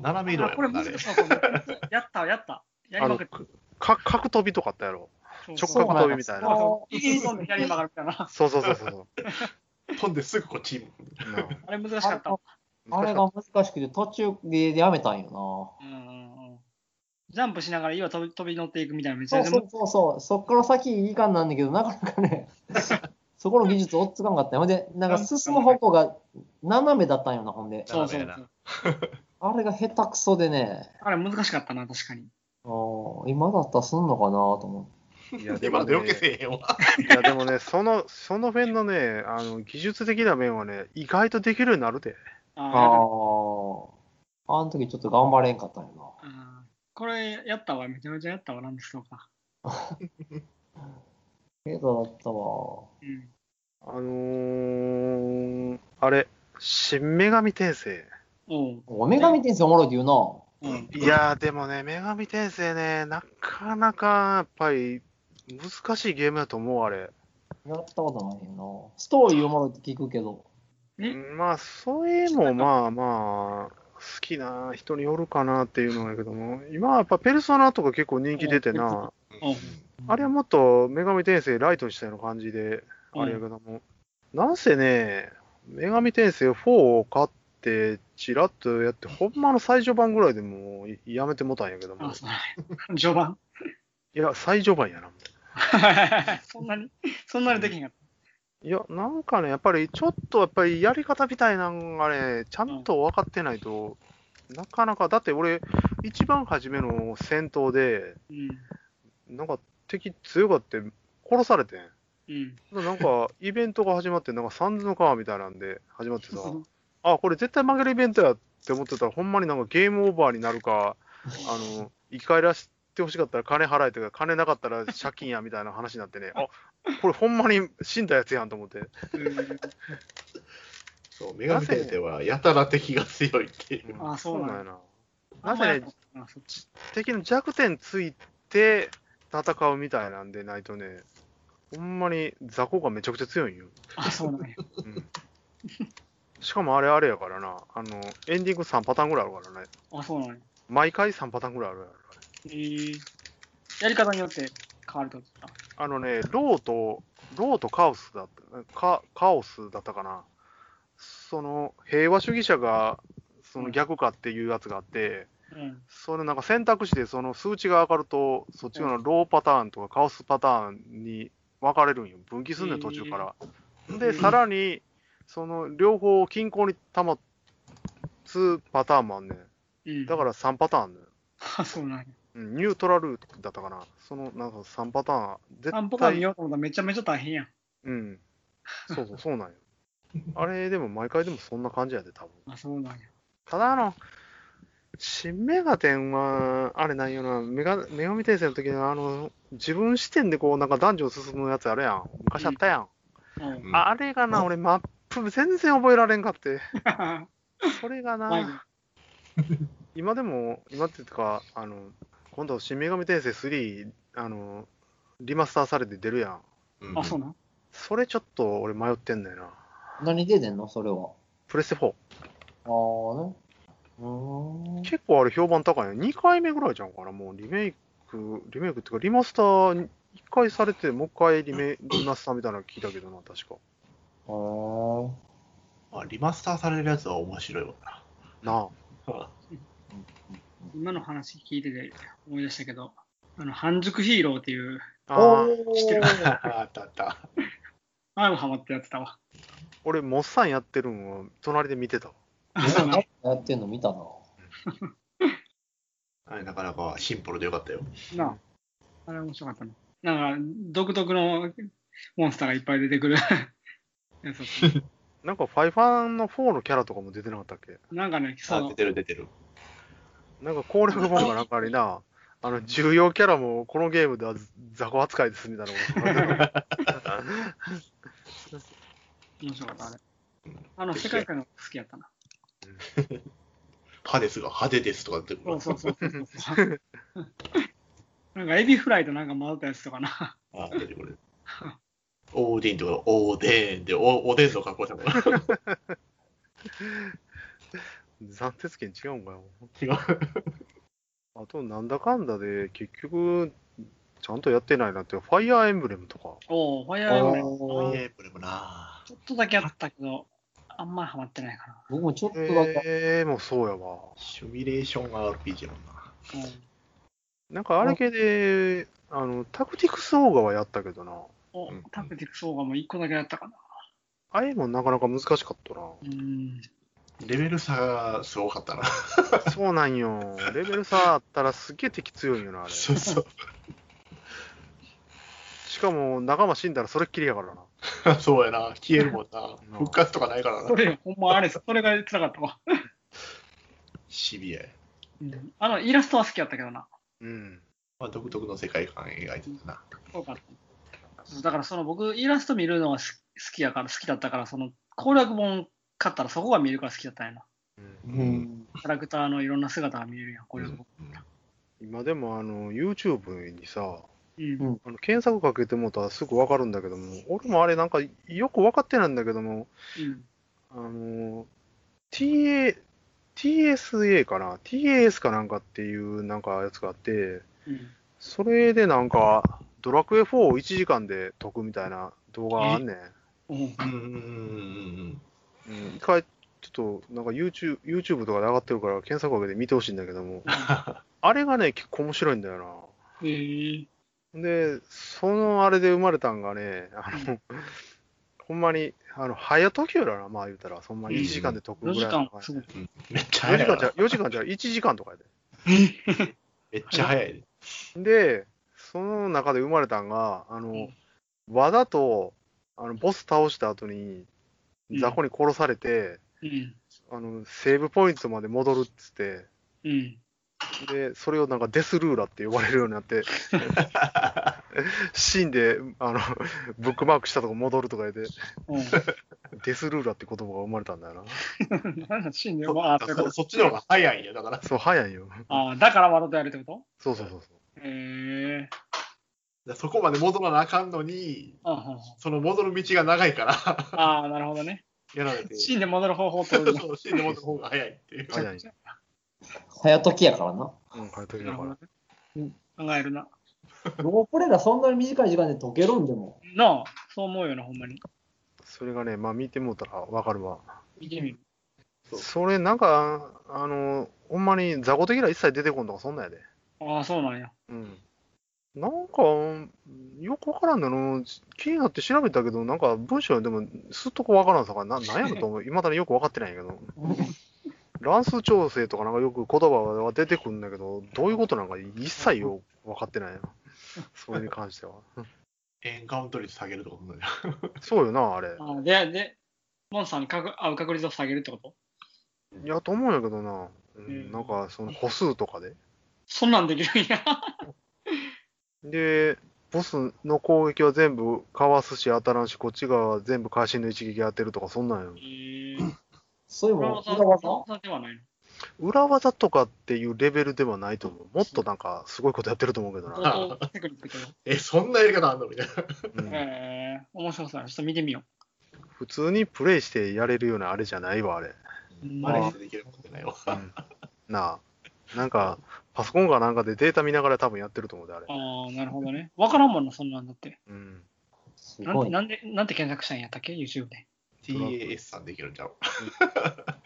[SPEAKER 5] 斜め色
[SPEAKER 2] あ
[SPEAKER 5] や
[SPEAKER 2] こ
[SPEAKER 5] も
[SPEAKER 2] れ
[SPEAKER 5] んなあ
[SPEAKER 2] 難し
[SPEAKER 5] れ。
[SPEAKER 2] そう。これやった、やった。やり
[SPEAKER 3] あ
[SPEAKER 2] ま
[SPEAKER 3] の、
[SPEAKER 2] くっ
[SPEAKER 3] か格飛びとかあったやろ。
[SPEAKER 2] そうそう
[SPEAKER 3] 直角飛びみたいな。
[SPEAKER 4] 角
[SPEAKER 2] いいそう左に曲がるみたい
[SPEAKER 3] <laughs>
[SPEAKER 2] な。
[SPEAKER 3] そうそうそうそうそう。
[SPEAKER 5] 飛んですぐこっちに。
[SPEAKER 2] あれ難しか
[SPEAKER 4] あ
[SPEAKER 2] った。う
[SPEAKER 4] あれが難しくて途中でやめたんよ
[SPEAKER 2] んうんうんジャンプしながら岩飛び飛び乗っていくみたいなめ
[SPEAKER 4] な。
[SPEAKER 2] ちゃ
[SPEAKER 4] そう
[SPEAKER 2] め
[SPEAKER 3] <laughs>
[SPEAKER 2] ちゃ
[SPEAKER 4] そうそうそう。そっから先いい感なんだけど、なかなかね、そこの技術追っつかなかったよ。ほんで、なんか進む方向が斜めだったんよな、ほんで。
[SPEAKER 2] そうそう
[SPEAKER 5] ダメや
[SPEAKER 2] そう。
[SPEAKER 4] あれが下手くそでね、
[SPEAKER 2] あれ難しかったな、確かに。
[SPEAKER 4] あー今だったらすんのかなと思って。
[SPEAKER 3] いやで
[SPEAKER 5] 今
[SPEAKER 3] も
[SPEAKER 5] の
[SPEAKER 3] ね
[SPEAKER 5] よけせえへんわ。
[SPEAKER 3] いやでもね、 <laughs> その、その辺のね、あの、技術的な面はね、意外とできるようになるで。
[SPEAKER 4] あ
[SPEAKER 2] あ
[SPEAKER 4] ーあの時ちょっと頑張れんかったんよな。
[SPEAKER 2] あー。これやったわ、めちゃめちゃやったわ、なんですとか。
[SPEAKER 4] けどだったわ。
[SPEAKER 2] うん。
[SPEAKER 3] あのー、あれ、新女神転生。
[SPEAKER 2] おう。
[SPEAKER 4] お女神転生おもろいって言うな。
[SPEAKER 2] うん。
[SPEAKER 3] いやー、でもね、女神転生ね、なかなか、やっぱり、難しいゲームだと思う、あれ。
[SPEAKER 4] やったことないよな。ストーリーおもろいって聞くけど。
[SPEAKER 2] え
[SPEAKER 3] まあ、それもまあまあ、好きな人によるかなっていうのやけども、今はやっぱペルソナとか結構人気出てな、
[SPEAKER 2] おう。
[SPEAKER 3] あれはもっと女神転生ライトにしたような感じで、あれやけども、なんせね、女神転生4を買って、ちらっとやって、ほんまの最序盤ぐらいでもうやめてもたんやけども
[SPEAKER 2] あ、、そう <laughs> だね。序盤。
[SPEAKER 3] いや、最序盤やな。
[SPEAKER 2] そんなに、そんなにできへんかっ
[SPEAKER 3] いや、なんかね、やっぱりちょっとやっぱりやり方みたいなのがね、ちゃんと分かってないと、なかなか、だって俺、一番初めの戦闘で、
[SPEAKER 2] た。うん。
[SPEAKER 3] なんか敵強がって殺されてん。
[SPEAKER 2] うん。
[SPEAKER 3] なんかイベントが始まって、なんかサンズの川みたいなんで始まって
[SPEAKER 2] <laughs>
[SPEAKER 3] さ、あ、これ絶対負けるイベントやって思ってたら、ほんまになんかゲームオーバーになるか、あ
[SPEAKER 2] <laughs>
[SPEAKER 3] の、生き返らせてほしかったら金払えとか、金なかったら借金やみたいな話になってね、あ、これほんまに死んだやつやんと思って。
[SPEAKER 2] うん
[SPEAKER 5] そう、女神先生はやたら敵が強いっていう。
[SPEAKER 2] あそうなんや
[SPEAKER 3] な。な
[SPEAKER 2] あ
[SPEAKER 3] んん
[SPEAKER 2] ま
[SPEAKER 3] か
[SPEAKER 2] やっ
[SPEAKER 3] ね
[SPEAKER 2] ぱ、あそっち
[SPEAKER 3] 敵の弱点ついて戦うみたいなんでないとね、ほんまに雑魚がめちゃくちゃ強いんよ。
[SPEAKER 2] あ、そうなんや。 <laughs>
[SPEAKER 3] うん、しかもあれあれやからな、あの、エンディング3パターンぐらいあるからね。
[SPEAKER 2] あ、そうなんや。
[SPEAKER 3] 毎回3パターンぐらいあるやろあれ
[SPEAKER 2] えー、やり方によって変わるってことだ。
[SPEAKER 3] あのね、ローと、ローとカオスだった、カカオスだったかな。その、平和主義者が、その逆かっていうやつがあって、
[SPEAKER 2] うん。
[SPEAKER 3] それなんか選択肢でその数値が上がると、そっちのローパターンとかカオスパターンに分かれるんよ。分岐すんね
[SPEAKER 2] へ
[SPEAKER 3] ん、
[SPEAKER 2] ー
[SPEAKER 3] 途中から。で、さらに、その両方均衡に保つパターンもあんねん。
[SPEAKER 2] うん。。
[SPEAKER 3] だからら3パターンあんねん。
[SPEAKER 2] あ、そうなんや。
[SPEAKER 3] うんニュートラルだったかな。そのなんか3パターン、絶
[SPEAKER 2] 散歩から見
[SPEAKER 3] 対。
[SPEAKER 2] ようと思ったらめちゃめちゃ大変やん。
[SPEAKER 3] うん。そうそう、そうなんよ。あれ、でも毎回でもそんな感じやで、多分。
[SPEAKER 2] あ、そうなんや。
[SPEAKER 3] ただあの、新メガテンは、あれなんよな、メガ、女神転生の時のあの、自分視点でこう、なんかダンジョン進むやつあるやん。昔あったやん。
[SPEAKER 2] うん。
[SPEAKER 5] うん
[SPEAKER 3] あれがな、俺マップ全然覚えられんかって。
[SPEAKER 2] あ
[SPEAKER 3] それが
[SPEAKER 2] <laughs> はい
[SPEAKER 3] な、今でも、今っていうか、あの、今度、新女神転生3、あの、リマスターされて出るやん。
[SPEAKER 5] うん
[SPEAKER 2] あ、そうなん。
[SPEAKER 3] それちょっと俺迷ってんだよな。
[SPEAKER 4] 何出てんのそれは。
[SPEAKER 3] プレステ4。
[SPEAKER 4] ああね。うーん。
[SPEAKER 3] 結構あれ評判高いね。2回目ぐらいじゃんかな。もうリメイク、リメイクっていうか、リマスターに1回されて、もう1回リメリマスターみたいなの聞いたけどな、確か。
[SPEAKER 4] へー
[SPEAKER 5] まあリマスターされるやつは面白いわ
[SPEAKER 3] なあ。
[SPEAKER 5] な。
[SPEAKER 2] 今の話聞いてて思い出したけど、あの、半熟ヒーローっていう、
[SPEAKER 3] あー
[SPEAKER 2] 知ってる
[SPEAKER 5] ああったあった。
[SPEAKER 2] あもハマってやってたわ。
[SPEAKER 3] 俺、モッサンやってるのを隣で見てたわ。
[SPEAKER 2] あ、そうなん。
[SPEAKER 4] やってんの見たな。
[SPEAKER 5] あれなかなかシンプルでよかったよ。
[SPEAKER 2] なあ。あれ面白かったな。なんか、独特のモンスターがいっぱい出てく <laughs> るやつだった
[SPEAKER 3] なんか、ファイファンの4のキャラとかも出てなかったっけ
[SPEAKER 2] な。なんかね、
[SPEAKER 5] あ
[SPEAKER 2] そ
[SPEAKER 5] 出
[SPEAKER 2] う。
[SPEAKER 5] てる出てる。
[SPEAKER 3] なんか、攻略本がなんかあれ <laughs> な、あの、重要キャラもこのゲームでは雑魚扱いですみたいなこと。 <laughs>
[SPEAKER 2] 面白かった、あれ。あの、世界観が好きやった <laughs> な。
[SPEAKER 5] 派ですが派手ですとか出てく
[SPEAKER 2] そ
[SPEAKER 5] る
[SPEAKER 2] う。そうそうそうそう。なんかエビフライとなんか混ざったやつとかな。
[SPEAKER 5] あ出てくる。オーディンとかオーデーンでおおでんの格好したもん。
[SPEAKER 2] <laughs>
[SPEAKER 3] 斬鉄剣違うんかよ。
[SPEAKER 5] 違う。
[SPEAKER 3] あと、なんだかんだで、結局、ちゃんとやってないなって、ファイアーエンブレムとか。
[SPEAKER 2] おお、ファイアーエムブレム
[SPEAKER 4] おー
[SPEAKER 5] エプレもな。
[SPEAKER 2] ちょっとだけやったけど、あんまりハマってないか
[SPEAKER 4] 僕もちょっとだけ。
[SPEAKER 3] えー、もうそうやわ。
[SPEAKER 5] シミュレーション RPG やもんな。
[SPEAKER 2] な。
[SPEAKER 3] なんかあれ系で、あの、タクティクスオーガはやったけどな。
[SPEAKER 2] お
[SPEAKER 5] うん、
[SPEAKER 2] タクティクスオーガも1個だけやったかな。
[SPEAKER 3] あれもなかなか難しかったな。
[SPEAKER 5] <laughs>
[SPEAKER 2] うん。
[SPEAKER 5] レベル差がすごかったな。
[SPEAKER 3] そうなんよ。レベル差あったらすげえ敵強いよな、あれ。し
[SPEAKER 5] そうそう。 <laughs>
[SPEAKER 3] かも、仲間死んだらそれっきりやからな。
[SPEAKER 5] そうやな。消えるもん <laughs> な。復活とかないから
[SPEAKER 2] そ
[SPEAKER 5] な。
[SPEAKER 2] れよ、ほんまあれ、それが辛かったわ。
[SPEAKER 5] シビアや。
[SPEAKER 2] うんあの、イラストは好きやったけどな。
[SPEAKER 3] うん。
[SPEAKER 5] まあ、独特の世界観描いてたな。
[SPEAKER 2] そうか。だからその僕、イラスト見るのがす好きやから、好きだったから、その攻略本買ったらそこが見えるから好きだったんやな。
[SPEAKER 3] うん
[SPEAKER 5] うん。
[SPEAKER 2] キャラクターのいろんな姿が見えるやん、攻略本。
[SPEAKER 3] 今でも、あの、YouTube にさ、
[SPEAKER 2] うん。
[SPEAKER 4] うん
[SPEAKER 3] あの検索かけてもうたらすぐわかるんだけども、俺もあれなんかよくわかってないんだけども、
[SPEAKER 2] うん。
[SPEAKER 3] あの、TA、TSA かな ?TAS かなんかっていうなんかやつがあって、
[SPEAKER 2] うん。
[SPEAKER 3] それでなんか、ドラクエ4を1時間で解くみたいな動画あんねん。
[SPEAKER 2] うん
[SPEAKER 5] うんうんうん
[SPEAKER 3] うん一回、ちょっと、なんか YouTube, YouTube とかで上がってるから、検索かけて見てほしいんだけども、あれがね、結構面白いんだよ
[SPEAKER 2] えー
[SPEAKER 3] な。で、そのあれで生まれたんがね、あの、ほんまに、あの、早解きよらな、まあ言うたら、そんまに1時間で解く
[SPEAKER 2] 4
[SPEAKER 3] ぐ
[SPEAKER 2] 時
[SPEAKER 3] らい
[SPEAKER 2] 間
[SPEAKER 3] の感、じ
[SPEAKER 2] すごい。
[SPEAKER 5] うん。めっちゃ
[SPEAKER 3] 4
[SPEAKER 5] 早
[SPEAKER 3] 時
[SPEAKER 5] い
[SPEAKER 3] 間じ
[SPEAKER 5] な
[SPEAKER 3] ゃ、。4時間じゃ、1時間とかや
[SPEAKER 5] めっちゃ早い。
[SPEAKER 3] で。で、その中で生まれたんが、あ
[SPEAKER 2] う
[SPEAKER 3] の
[SPEAKER 2] ん、
[SPEAKER 3] わざと、あの、ボス倒した後に、雑魚に殺されて、
[SPEAKER 2] うん。
[SPEAKER 3] あの、セーブポイントまで戻るっつって、
[SPEAKER 2] うん。
[SPEAKER 3] で、それをなんかデスルーラって呼ばれるようになって、
[SPEAKER 2] <laughs>
[SPEAKER 3] シーンであのブックマークしたとこ戻るとか言って、
[SPEAKER 2] う
[SPEAKER 3] デスルーラって言葉が生まれたんだよな。
[SPEAKER 2] ん。なんか死んでよ。あーそういうこ
[SPEAKER 5] そ
[SPEAKER 2] と
[SPEAKER 5] そっちの方が早いんや、だから。
[SPEAKER 3] そう、早いよ。
[SPEAKER 2] あー、だからわざとやるってこと
[SPEAKER 3] そうそうそうそう。
[SPEAKER 2] へえー。
[SPEAKER 5] そこまで戻らなあかんのに、
[SPEAKER 2] あ
[SPEAKER 4] <laughs>
[SPEAKER 2] はは
[SPEAKER 5] その戻る道が長いから、
[SPEAKER 2] あー、なるほどね。
[SPEAKER 5] <laughs> やられて。
[SPEAKER 2] 死んで戻る方法って
[SPEAKER 5] そ
[SPEAKER 4] <laughs>
[SPEAKER 2] ことね
[SPEAKER 5] う、死んで戻る方が早いっていう。
[SPEAKER 3] 早い。
[SPEAKER 4] 早時やからな。
[SPEAKER 3] うん、早い時だ
[SPEAKER 2] なる
[SPEAKER 3] か
[SPEAKER 2] ほど
[SPEAKER 3] ら
[SPEAKER 2] ね。考えるな。
[SPEAKER 4] ロープレイがそんなに短い時間で解けるんでも。
[SPEAKER 2] なあ、そう思うよな、ほんまに。
[SPEAKER 3] それがね、まあ見てもうたらわかるわ。
[SPEAKER 2] 見てみる。
[SPEAKER 5] そう
[SPEAKER 3] それなんか、あの、ほんまに雑魚的な一切出てこんとかそんなんやで。
[SPEAKER 2] ああ、そうなんや。
[SPEAKER 3] うん。なんか、よくわからんだの。気になって調べたけど、なんか文章でもすっとこうわからんさか、ななんやろと
[SPEAKER 2] <laughs>
[SPEAKER 3] 思う。いまだによくわかってないんやけど。乱数調整とかなんかよく言葉が出てくるんだけど、どういうことなんか一切よ分かってないな。それに関しては。
[SPEAKER 5] エンカウント率下げるってことだよ。
[SPEAKER 3] そうよな、あれ。
[SPEAKER 2] ああで、で、モンスターにかく会う確率を下げるってこと
[SPEAKER 3] いや、と思うんやけどな。う
[SPEAKER 2] うん
[SPEAKER 3] ん、なんか、その歩数とかで。
[SPEAKER 2] そんなんできる
[SPEAKER 4] <laughs>
[SPEAKER 2] んや。
[SPEAKER 3] で、ボスの攻撃は全部かわすし当たらんし、こっちが全部会心の一撃当てるとか、そんなんよ
[SPEAKER 2] え。ー、
[SPEAKER 4] そういう
[SPEAKER 2] 裏
[SPEAKER 4] もん、
[SPEAKER 2] 技
[SPEAKER 4] 裏技
[SPEAKER 2] ではないの。
[SPEAKER 3] 裏技とかっていうレベルではないと思う。もっとなんか、すごいことやってると思うけどな。
[SPEAKER 2] 相当テクニックってこ
[SPEAKER 5] え、そんなやり方あんのみたいな。
[SPEAKER 3] うん
[SPEAKER 2] と。えー、面白そうやな。ちょっと見てみよ
[SPEAKER 3] 普通にプレイしてやれるようなあれじゃないわ、あれ。
[SPEAKER 2] うん
[SPEAKER 5] マネしてできることじゃないよ。
[SPEAKER 3] なあ。なんか、パソコンかなんかでデータ見ながら多分やってると思うで、あれ
[SPEAKER 2] う。。ああ、なるほどね。わからんもんな、そんなんだって。
[SPEAKER 3] うん。
[SPEAKER 4] す
[SPEAKER 2] な
[SPEAKER 4] ご
[SPEAKER 2] ん
[SPEAKER 4] い。
[SPEAKER 2] なんで、なんて検索したんやったっけ ?YouTube で。
[SPEAKER 5] TAS さんできるんちゃう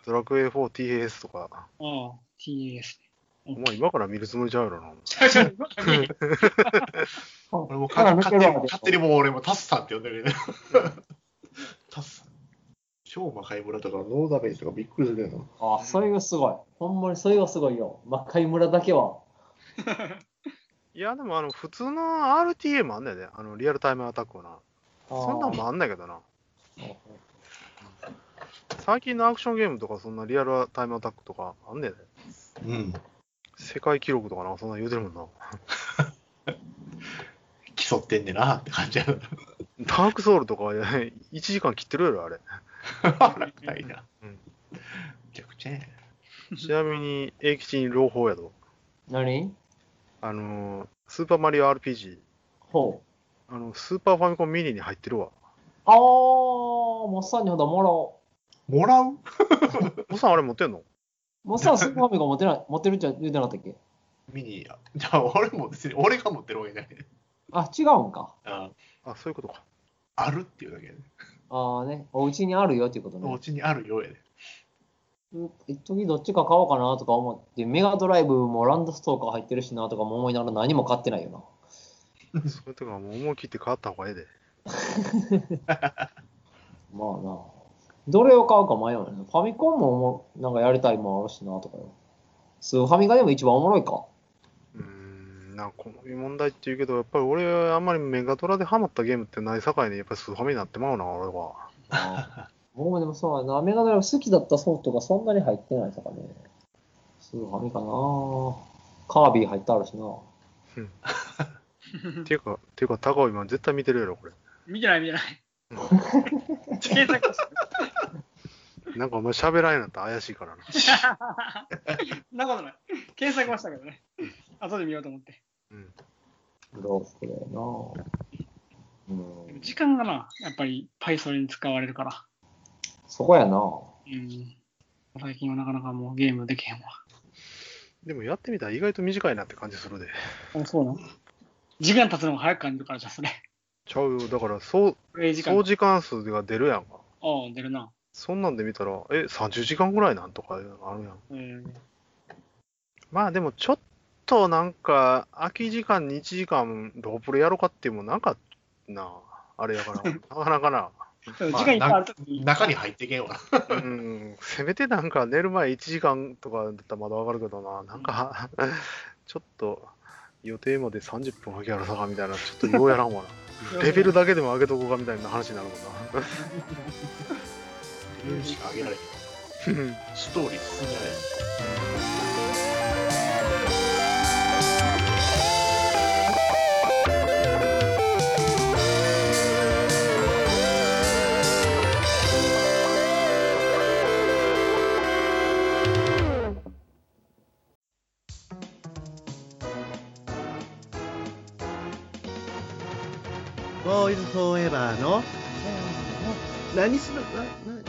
[SPEAKER 3] ドラクエ 4TAS とか、
[SPEAKER 2] ああ、TAS
[SPEAKER 4] <laughs>
[SPEAKER 3] お前今から見るつもりちゃうやろな。
[SPEAKER 2] ね。
[SPEAKER 4] 俺
[SPEAKER 5] 俺も勝手に、勝手にもう俺もタスさんって呼んでるけど。タスさん。超魔界村とかノーダメージとかびっくりするよな。
[SPEAKER 4] あ、それがすごい。ほんまにそれがすごいよ。魔界村だけは。
[SPEAKER 3] いや、でもあの、普通の RTA もあんだよね。あの、リアルタイムアタックはな。そんなんもあんだけどな。最近のアクションゲームとか、そんなリアルタイムアタックとかあんだよね。
[SPEAKER 5] うん。
[SPEAKER 3] 世界記録とかなんかそんなん言うてるもんな。
[SPEAKER 5] 競ってんねんなって感じやな。
[SPEAKER 3] ダークソウルと <laughs> か、1時間切ってるやろ、あれ。
[SPEAKER 5] ないな。
[SPEAKER 3] うん
[SPEAKER 5] めちゃくちゃやな
[SPEAKER 3] ちなみに、永吉に朗報やと。
[SPEAKER 4] 何
[SPEAKER 3] あのースーパーマリオ RPG、
[SPEAKER 4] ほう。
[SPEAKER 3] あの、スーパーファミコンミニに入ってるわ。
[SPEAKER 4] ああ、モッサンにほどもらお
[SPEAKER 5] もらう
[SPEAKER 3] おっさんあれ持ってんの
[SPEAKER 4] う。モッサンスーパーファミコン持ってない、 <laughs> 持ってるんじゃ言うてなかったっけ
[SPEAKER 5] ミニや。じゃあ俺も別に俺が持ってるわけじゃない。
[SPEAKER 4] あ、違うんか。
[SPEAKER 5] あ
[SPEAKER 3] あ、そういうことか。
[SPEAKER 5] あるっていうだけやね。
[SPEAKER 4] ああね、お家にあるよっていうこと
[SPEAKER 5] お
[SPEAKER 4] ね。
[SPEAKER 5] 家にあるようやで。
[SPEAKER 4] うん一時どっちか買おうかなとか思って、メガドライブもランドストーカー入ってるしなとかも思いながら何も買ってないよな。
[SPEAKER 3] そういうとこはもう思い切って変わった方がええで。
[SPEAKER 4] まあな。どれを買うか迷うよね。ファミコンもおもなんかやりたいもんあるしなとかよ。そう、ファミがでも一番おもろいか。
[SPEAKER 3] うーん、なんかこの問題って言うけど、やっぱり俺、あんまりメガドラでハマったゲームってないさかいに、やっぱりスーファミになってまうな、俺は。
[SPEAKER 4] ああ僕もでもそうやな。メガドライブ好きだったソフトがそんなに入ってないとかね。スーファミかな。カービィ入ってあるしな。
[SPEAKER 3] っていうか、っていうか、高尾今絶対見てるやろ、これ。
[SPEAKER 2] 見てない見てない。検索 <laughs> して
[SPEAKER 3] なんかお前喋らんようになったら怪しいからな。
[SPEAKER 2] そんなことない。検索はしたけどね。後で見ようと思って。
[SPEAKER 3] うん。
[SPEAKER 4] ロープレイな。う
[SPEAKER 2] でも
[SPEAKER 4] ん。
[SPEAKER 2] 時間がな、やっぱり Python に使われるから。
[SPEAKER 4] そこやな。
[SPEAKER 2] うん。最近はなかなかもうゲームできへんわ。
[SPEAKER 3] でもやってみたら意外と短いなって感じするで。
[SPEAKER 2] あ、そうなの時間経つのが早く感じるからじゃあそれ。
[SPEAKER 3] ちゃうよ。だから、そう、
[SPEAKER 2] プレイ時間。
[SPEAKER 3] 総
[SPEAKER 2] あ
[SPEAKER 3] 時間数が出るやんか。
[SPEAKER 2] あ、出るな。
[SPEAKER 3] そんなんで見たら、え、30時間ぐらいなんとかあるやん。
[SPEAKER 2] うん。
[SPEAKER 3] まあでも、ちょっとなんか、空き時間に1時間、ロープレやろうかっていうのも、なんか、なあ、あれやから、なかなかな。
[SPEAKER 2] でも時間いっぱいあるときに、
[SPEAKER 5] 中に入ってけんわ。
[SPEAKER 3] うん、せめてなんか寝る前1時間とかだったらまだわかるけどな、なんか、ちょっと予定まで30分上げやろさかみたいな、ちょっとようやらんわな。レベルだけでも上げとこうかみたいな話になるもん
[SPEAKER 5] しかあげられない。
[SPEAKER 3] な。
[SPEAKER 5] ストーリー進んじゃね
[SPEAKER 1] ボーイズフォーエバーの何すらなな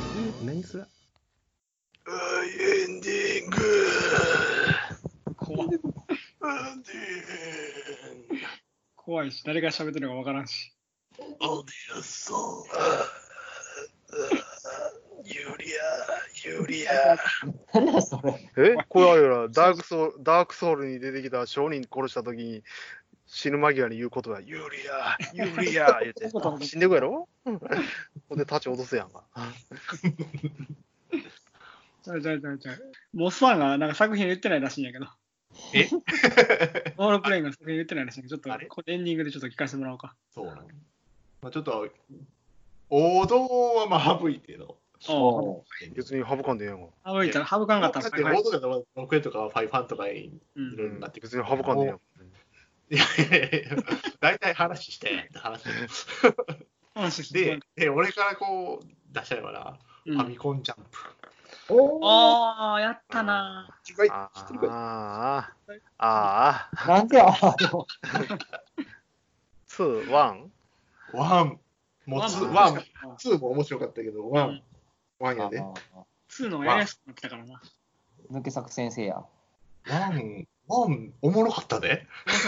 [SPEAKER 1] 何すら
[SPEAKER 5] エンディング
[SPEAKER 2] 怖い
[SPEAKER 5] エンディング
[SPEAKER 2] 怖いし、誰が喋ってるのかわからんし。
[SPEAKER 5] オーディオソンユリア、ユリア。
[SPEAKER 4] 何やそれ。
[SPEAKER 3] えこれあれやろダークソウル、ダークソウルに出てきた商人殺した時に死ぬ間際に言うことは、ユリア、ユリア言うて、死んでいくやろほんで、立ち落とすやんか。
[SPEAKER 2] ちゃうちゃうちゃうちゃう。モスファンがなんか作品言ってないらしいんやけど。
[SPEAKER 5] え
[SPEAKER 2] オールプレインが作品言ってないらしいんやけど、ちょ
[SPEAKER 5] あ
[SPEAKER 2] っと
[SPEAKER 5] れ
[SPEAKER 2] これエンディングでちょっと聞かせてもらおうか。
[SPEAKER 5] そうなの、まあ、ちょっと、王道はまあ省いての。
[SPEAKER 2] おう
[SPEAKER 4] う。
[SPEAKER 3] 別に省かんでええやんか。
[SPEAKER 2] 省いたら、省かんかった
[SPEAKER 5] だっ
[SPEAKER 2] ら
[SPEAKER 5] て王道だとロクエとかファイファンとかい
[SPEAKER 2] うん
[SPEAKER 5] ろいろなってくる。
[SPEAKER 3] 別に省かんでええやん。
[SPEAKER 5] い <laughs> やいやいや、大体話してって話
[SPEAKER 2] 話して
[SPEAKER 5] で、で俺からこう出しちゃえばな、
[SPEAKER 2] うん
[SPEAKER 5] ファミコンジャンプ。
[SPEAKER 4] おお。
[SPEAKER 2] ああ、やったな
[SPEAKER 5] 知ってるか
[SPEAKER 3] あ
[SPEAKER 5] い知ってるかい
[SPEAKER 3] ああああ、
[SPEAKER 4] なんでや。でも
[SPEAKER 3] ツー、ワン。
[SPEAKER 5] ワン。もうツー、ワン。ツーも面白かったけど、ワ
[SPEAKER 2] う
[SPEAKER 5] ン
[SPEAKER 2] ん。
[SPEAKER 5] ワン
[SPEAKER 4] あ
[SPEAKER 5] や
[SPEAKER 4] あ
[SPEAKER 5] で。
[SPEAKER 2] 2の方がやりやすくなってたからな。
[SPEAKER 4] 抜け作先生や。
[SPEAKER 5] ワン、ワン、おもろかったで。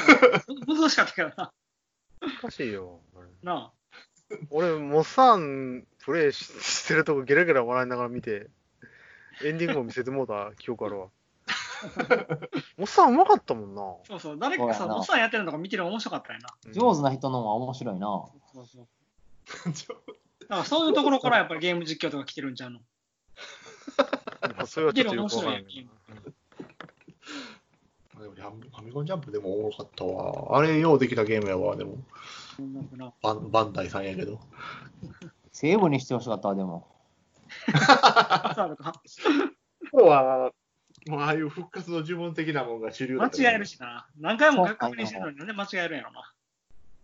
[SPEAKER 5] <laughs>
[SPEAKER 2] 難しかったけどな。
[SPEAKER 3] おかしいよ。
[SPEAKER 2] な
[SPEAKER 3] 俺、モサンプレイししてるとこゲラゲラ笑いながら見て、エンディングも見せてもうた <laughs> 記憶ある
[SPEAKER 4] <laughs>
[SPEAKER 3] わ。モサンうまかったもん
[SPEAKER 2] あ、
[SPEAKER 3] な。
[SPEAKER 2] そうそう、誰か
[SPEAKER 4] そ
[SPEAKER 2] さ、
[SPEAKER 4] うやな
[SPEAKER 2] モスファンやってるのとか見てるの面白かったよな。
[SPEAKER 4] 上手
[SPEAKER 3] な。
[SPEAKER 4] な人のは面白いな。
[SPEAKER 2] そうそうだからそういうところからやっぱりゲーム実況とか来てるんちゃうの。
[SPEAKER 3] それはちょっとよくわからん
[SPEAKER 2] 見てる面
[SPEAKER 5] でもファミコンジャンプでもおもろかったわ。あれ、ようできたゲームやわ、でも。
[SPEAKER 2] なんかな
[SPEAKER 5] バンバンダイさんやけど。
[SPEAKER 4] セーブにしてほしかったわでも。
[SPEAKER 2] あそうあるか
[SPEAKER 5] 今日は、もうああいう復活の呪文的なもんが主流
[SPEAKER 2] 間
[SPEAKER 5] だ
[SPEAKER 2] 違
[SPEAKER 5] ったから
[SPEAKER 2] えるしな。何回も確認してるのになんで間違えるんやろ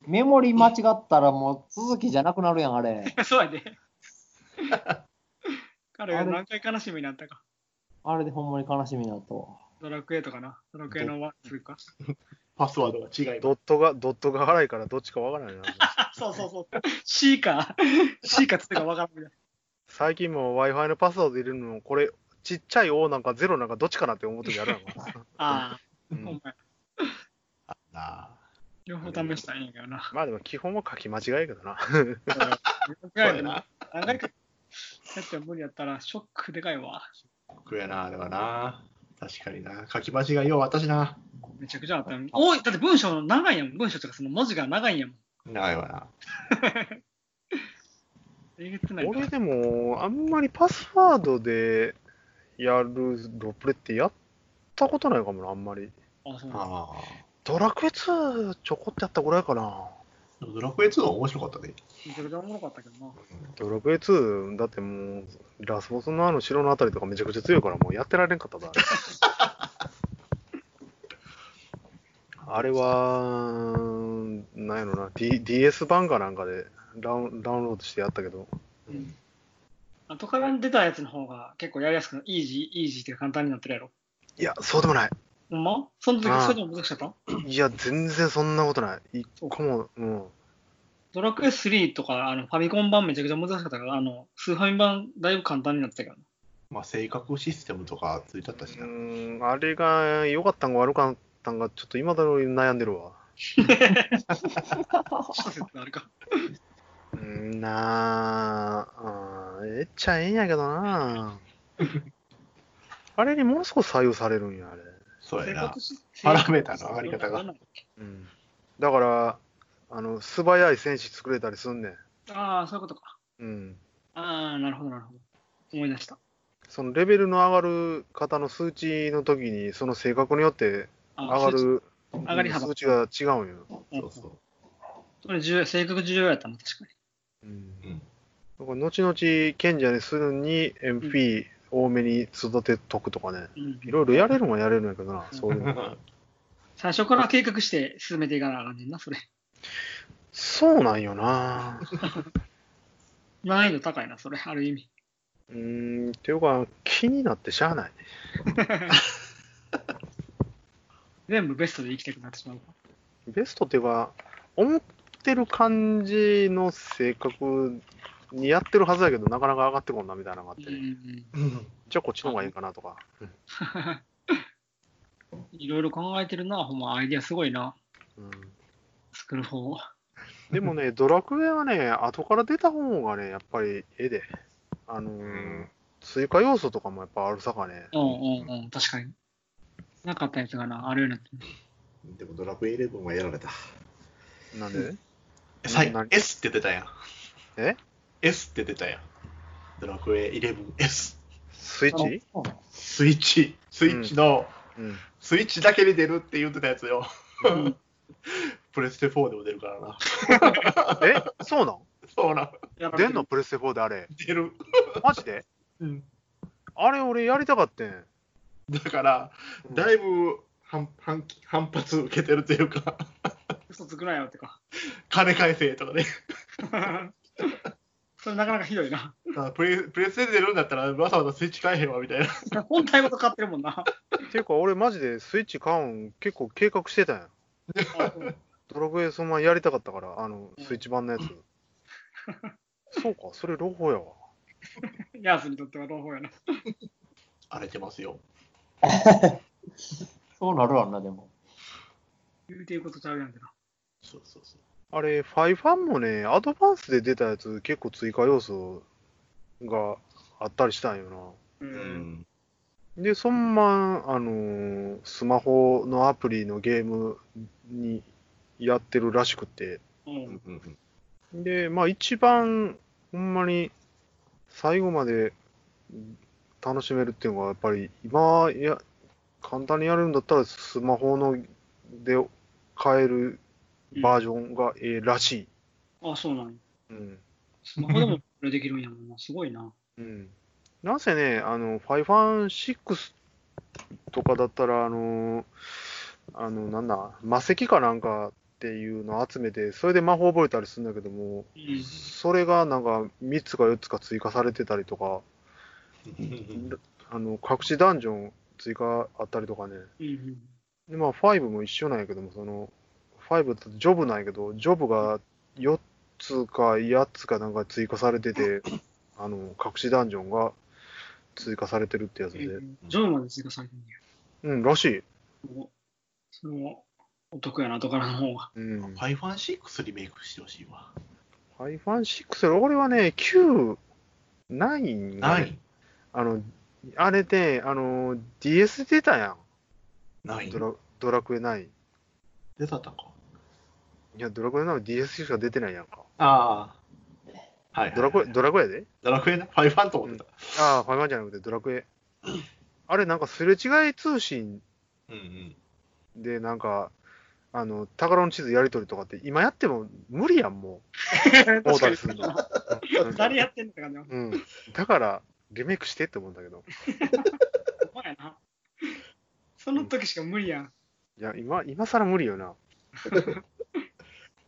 [SPEAKER 4] メモリ間違ったらもう続きじゃなくなるやん、あれ。
[SPEAKER 2] な。 <laughs> そうやで。彼が何回悲しみになったか。
[SPEAKER 4] あれでほんまに悲しみになったわ。
[SPEAKER 2] ドラクエとかな。ドラクエのワンツーか。
[SPEAKER 5] パスワードが違いま
[SPEAKER 3] ドットが、ドットが荒いからどっちかわからないな。
[SPEAKER 2] あ、そう <laughs> そうそう。C か、C <laughs> かつってかわからんみたい
[SPEAKER 3] 最近も Wi-Fi のパスワード入れるのも、これ、ちっちゃい O なんかゼロなんかどっちかなって思うときある
[SPEAKER 4] <laughs>
[SPEAKER 3] やんか。
[SPEAKER 2] な。あ
[SPEAKER 3] う
[SPEAKER 2] あ、ほん
[SPEAKER 3] ん
[SPEAKER 2] まや。
[SPEAKER 5] すな。
[SPEAKER 2] 両方試したらいいんやけどな。
[SPEAKER 3] まあでも基本は書き間違いやけどな。
[SPEAKER 5] そうや
[SPEAKER 2] 何
[SPEAKER 5] な。
[SPEAKER 2] 回かやっても無理やったらショックでかいわ。
[SPEAKER 5] 僕やな、あれはな。確かにな。書き間違いよう、私な。
[SPEAKER 2] めちゃくちゃあったのに。おい、だって文章長いやもん。文章とかその文字が長いんやもん。
[SPEAKER 5] 長いわな。
[SPEAKER 2] えげつないな
[SPEAKER 3] 俺でも、あんまりパスワードでやるロプレってやったことないかもな、あんまり。
[SPEAKER 2] あ、そうなんだ
[SPEAKER 5] あ
[SPEAKER 3] ドラクエ2ちょこってやったぐらいかな。
[SPEAKER 5] あ。でもドラクエ2は面白かったね。
[SPEAKER 2] めちゃくちゃおもろかったけどな。
[SPEAKER 3] ドラクエ2、だってもう、ラスボスのあの城のあたりとかめちゃくちゃ強いから、もうやってられんかっただ、あれ。あれは、なんやろな、D、DS 版かなんかでダウンダウンロードしてやったけど、
[SPEAKER 5] うん
[SPEAKER 2] 後から出たやつの方が結構やりやすくなイージー、イージーって簡単になってるやろ。
[SPEAKER 3] いや、そうでもない。
[SPEAKER 2] ほんまその時
[SPEAKER 3] あ、あ
[SPEAKER 2] それでも難しかった
[SPEAKER 3] いや、全然そんなことない。一個も、うん。
[SPEAKER 2] ドラクエ3とかあのファミコン版めちゃくちゃ難しかったから、あの、スーファミ版だいぶ簡単になってたけどな。
[SPEAKER 5] まあ、性格システムとかついちゃったし
[SPEAKER 3] う
[SPEAKER 5] な。
[SPEAKER 3] ん、あれが良かったんか悪かったんか、ちょっと今だろ悩んでるわ。
[SPEAKER 2] 施設あるか。
[SPEAKER 3] うんなあ、うんえっちゃええんやけどな <laughs> あれにものすごく左右されるんや、あれ。
[SPEAKER 5] そうやな。
[SPEAKER 2] パ
[SPEAKER 5] パラメータの上がり方が。
[SPEAKER 3] うん。だから、あの、素早い戦士作れたりすんねん。
[SPEAKER 2] ああ、そういうことか。
[SPEAKER 3] うん。
[SPEAKER 2] ああ、なるほど、なるほど。思い出した。
[SPEAKER 3] そのレベルの上がる方の数値の時に、その性格によって
[SPEAKER 2] あ
[SPEAKER 3] 上が。る
[SPEAKER 2] 上がり幅
[SPEAKER 3] 数値が違うんよ。
[SPEAKER 2] うん
[SPEAKER 5] そうそ
[SPEAKER 2] それ重要性格重要やったの、確かに。
[SPEAKER 3] うん
[SPEAKER 5] う。うん。 <laughs>
[SPEAKER 3] だから後々賢者にするに MP 多めに育てとくとかね、
[SPEAKER 2] うん
[SPEAKER 3] いろいろやれるもんやれるんやけどな、そういうの。
[SPEAKER 2] 最初から計画して進めていかなあかんねんな、それ。
[SPEAKER 3] そうなんよな。
[SPEAKER 2] 難易度高いな、それ、ある意味。
[SPEAKER 3] うーん、っていうか、気になってしゃあない。
[SPEAKER 2] 全部ベストで生きたくなってしまう。
[SPEAKER 3] ベストっていうか、思ってる感じの性格にやってるはずやけど、なかなか上がってこんなみたいなのがあって
[SPEAKER 2] うんう
[SPEAKER 3] ね、
[SPEAKER 2] ん
[SPEAKER 5] うん
[SPEAKER 3] じゃあこっちの方がいいかなとか。
[SPEAKER 2] いろいろ考えてるな、ほんま、アイディアすごいな、
[SPEAKER 3] うん
[SPEAKER 2] 作る方を。
[SPEAKER 3] でもね、ドラクエはね、後から出た方がね、やっぱり絵で、あのー
[SPEAKER 5] うん
[SPEAKER 3] 追加要素とかもやっぱあるさかね、
[SPEAKER 2] うんうんうん、確かに。なかったやつがな、あるようになってる。
[SPEAKER 5] でもドラクエ11はやられた。
[SPEAKER 3] なんで、
[SPEAKER 5] えさい
[SPEAKER 3] 何
[SPEAKER 5] S って出たやん。
[SPEAKER 3] え
[SPEAKER 5] ?S って出たやん。ドラクエ 11S。
[SPEAKER 3] スイッチ
[SPEAKER 4] あ
[SPEAKER 5] スイッチ。スイッチの、
[SPEAKER 3] うん。
[SPEAKER 5] スイッチだけで出るって言ってたやつよ。
[SPEAKER 2] うん
[SPEAKER 5] <laughs> プレステ4でも出るからな。 <laughs>
[SPEAKER 3] えそうなん
[SPEAKER 5] そうなん。
[SPEAKER 2] やられて
[SPEAKER 3] 出
[SPEAKER 2] る
[SPEAKER 3] んのプレステ4であれ。
[SPEAKER 5] 出る。
[SPEAKER 3] マジで
[SPEAKER 5] うん。
[SPEAKER 3] あれ俺やりたかったん。
[SPEAKER 5] だから、だいぶ反反反発受けてるというか、 <laughs>
[SPEAKER 2] 嘘つくなよってか。 <laughs>
[SPEAKER 5] 金返せとかね。
[SPEAKER 2] それなかなかひどいな。
[SPEAKER 5] あプレプレステで出るんだったら、わざわざスイッチ買えへんわみたいな。
[SPEAKER 2] 本体ごと買ってるもんな。
[SPEAKER 3] っていうか俺マジでスイッチ買うん結構計画してたんや。ドラクエそのままやりたかったから、あの、スイッチ版のやつ。そうか、それ朗報やわ。
[SPEAKER 2] ヤースにとっては朗報やな。
[SPEAKER 5] 荒れてますよ。
[SPEAKER 4] そうなるわな、でも。
[SPEAKER 2] 言うていうことちゃうやんけな。
[SPEAKER 5] そうそうそう。
[SPEAKER 3] あれ、ファイファンもね、アドバンスで出たやつ結構追加要素があったりしたんよ
[SPEAKER 2] う。
[SPEAKER 5] うん
[SPEAKER 3] な。で、そんま、あのースマホのアプリのゲームにやってるらしくて、
[SPEAKER 2] うん。
[SPEAKER 5] うんうん
[SPEAKER 3] で、まあ一番、ほんまに、最後までうん楽しめるっていうのは、やっぱり今や、簡単にやるんだったら、スマホので買えるバージョンがええらしい。
[SPEAKER 2] あ、そうなんや
[SPEAKER 3] うん。
[SPEAKER 2] スマホでもこれできるんやもんな。すごいな。
[SPEAKER 3] うん。なんせね、あの、ファイファン6とかだったら、あのーあの、なんだ、魔石かなんかっていうのを集めて、それで魔法覚えたりするんだけども、
[SPEAKER 2] うん。
[SPEAKER 3] それがなんか3つか4つか追加されてたりとか、 <laughs>
[SPEAKER 5] うん
[SPEAKER 3] あの隠しダンジョン追加あったりとかね、
[SPEAKER 2] うん。
[SPEAKER 3] でまあ、5も一緒なんやけども、その5だとジョブなんやけど、ジョブが4つか8つかなんか追加されて
[SPEAKER 5] <coughs>
[SPEAKER 3] て、あの隠しダンジョンが追加されてるってやつ
[SPEAKER 2] う
[SPEAKER 3] で、
[SPEAKER 2] んジョブまで追加されてんねや。
[SPEAKER 3] うん、らしい。
[SPEAKER 2] おそれもお得やな、後からの方が。
[SPEAKER 3] うん、
[SPEAKER 5] ファイファン6リメイクしてほしいわ。
[SPEAKER 3] ファイファン6より、俺はね、9、9が
[SPEAKER 5] な
[SPEAKER 3] ね、
[SPEAKER 5] い。
[SPEAKER 3] あの、あれで、あの、DS 出たや
[SPEAKER 5] ない
[SPEAKER 3] ん、ドラドラクエ9。い
[SPEAKER 5] 出たったんか。
[SPEAKER 3] や、ドラクエ9は DS しか出てないやんか。
[SPEAKER 5] ああ。はいはいはい
[SPEAKER 3] ドラクエ、ドラクエやで
[SPEAKER 5] ドラクエな。ファイファンと思ってた。
[SPEAKER 3] ああ、ファイマンじゃなくてドラ
[SPEAKER 5] <coughs>
[SPEAKER 3] クエ。あれ、なんかすれ違い通信
[SPEAKER 5] うんうん。
[SPEAKER 3] で、なんか、あの、宝の地図やり取りとかって、今やっても無理やん、もう。オーダーするの。うん
[SPEAKER 2] 誰やってんのか感じ。
[SPEAKER 3] うん。だから、リメイクしてって思うんだけど。
[SPEAKER 2] ほんまやな。その時しか無理やん。
[SPEAKER 3] いや、今、今更無理よな。 <laughs>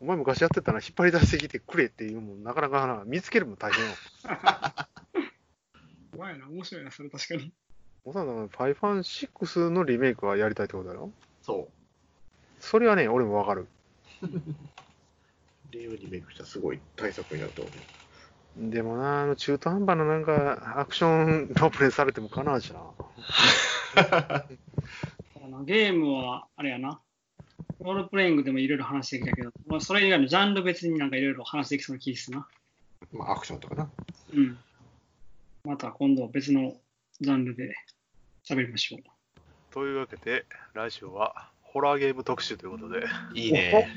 [SPEAKER 3] お前昔やってたな、引っ張り出してきてくれっていうのも、なかなかな、見つけるのも大変よ。
[SPEAKER 2] ほんまやな。面白いな、それ確かに。
[SPEAKER 3] おさんのファイファン6のリメイクはやりたいってことだろ
[SPEAKER 5] そ
[SPEAKER 3] それはね、俺もわかる。
[SPEAKER 5] う。レイをリメイクしたらすごい大作になると思う。
[SPEAKER 3] でもな、あの中途半端ななんか、アクションロープレイされてもかなわんしな。
[SPEAKER 2] あのゲームは、あれやな。ロールプレイングでもいろいろ話できたけど、まあそれ以外のジャンル別になんかいろいろ話できそうな気ですな。
[SPEAKER 5] まあ、アクションとかな。
[SPEAKER 2] うん。また今度別のジャンルで喋りましょう。
[SPEAKER 6] というわけで、来週はホラーゲーム特集ということで、
[SPEAKER 5] いいね。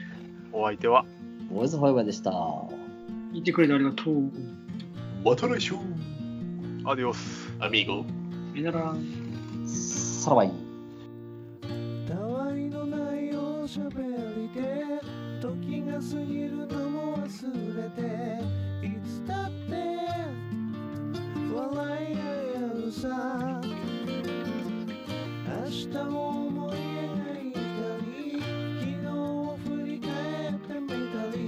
[SPEAKER 6] お相手は
[SPEAKER 4] ボーイズファイバーでした。
[SPEAKER 2] 聞いてくれてありがとう。
[SPEAKER 5] また来週
[SPEAKER 6] アディオス。
[SPEAKER 5] アミーゴ。
[SPEAKER 2] さよなら。
[SPEAKER 4] さらばいい。
[SPEAKER 7] たわいのないおしゃべりで時が過ぎるのも忘れていつだって笑い合えるさ明日を思い描いたり昨日を振り返ってみたり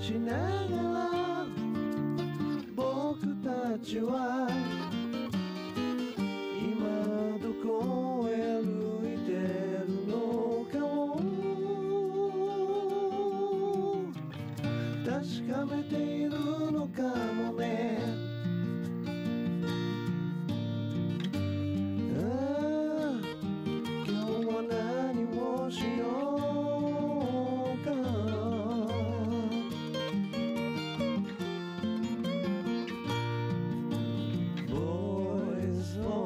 [SPEAKER 7] しながら僕たちは今どこへ歩いてるのかを確かめているのかもねああ今日は何をしようか「ボーイズ・オ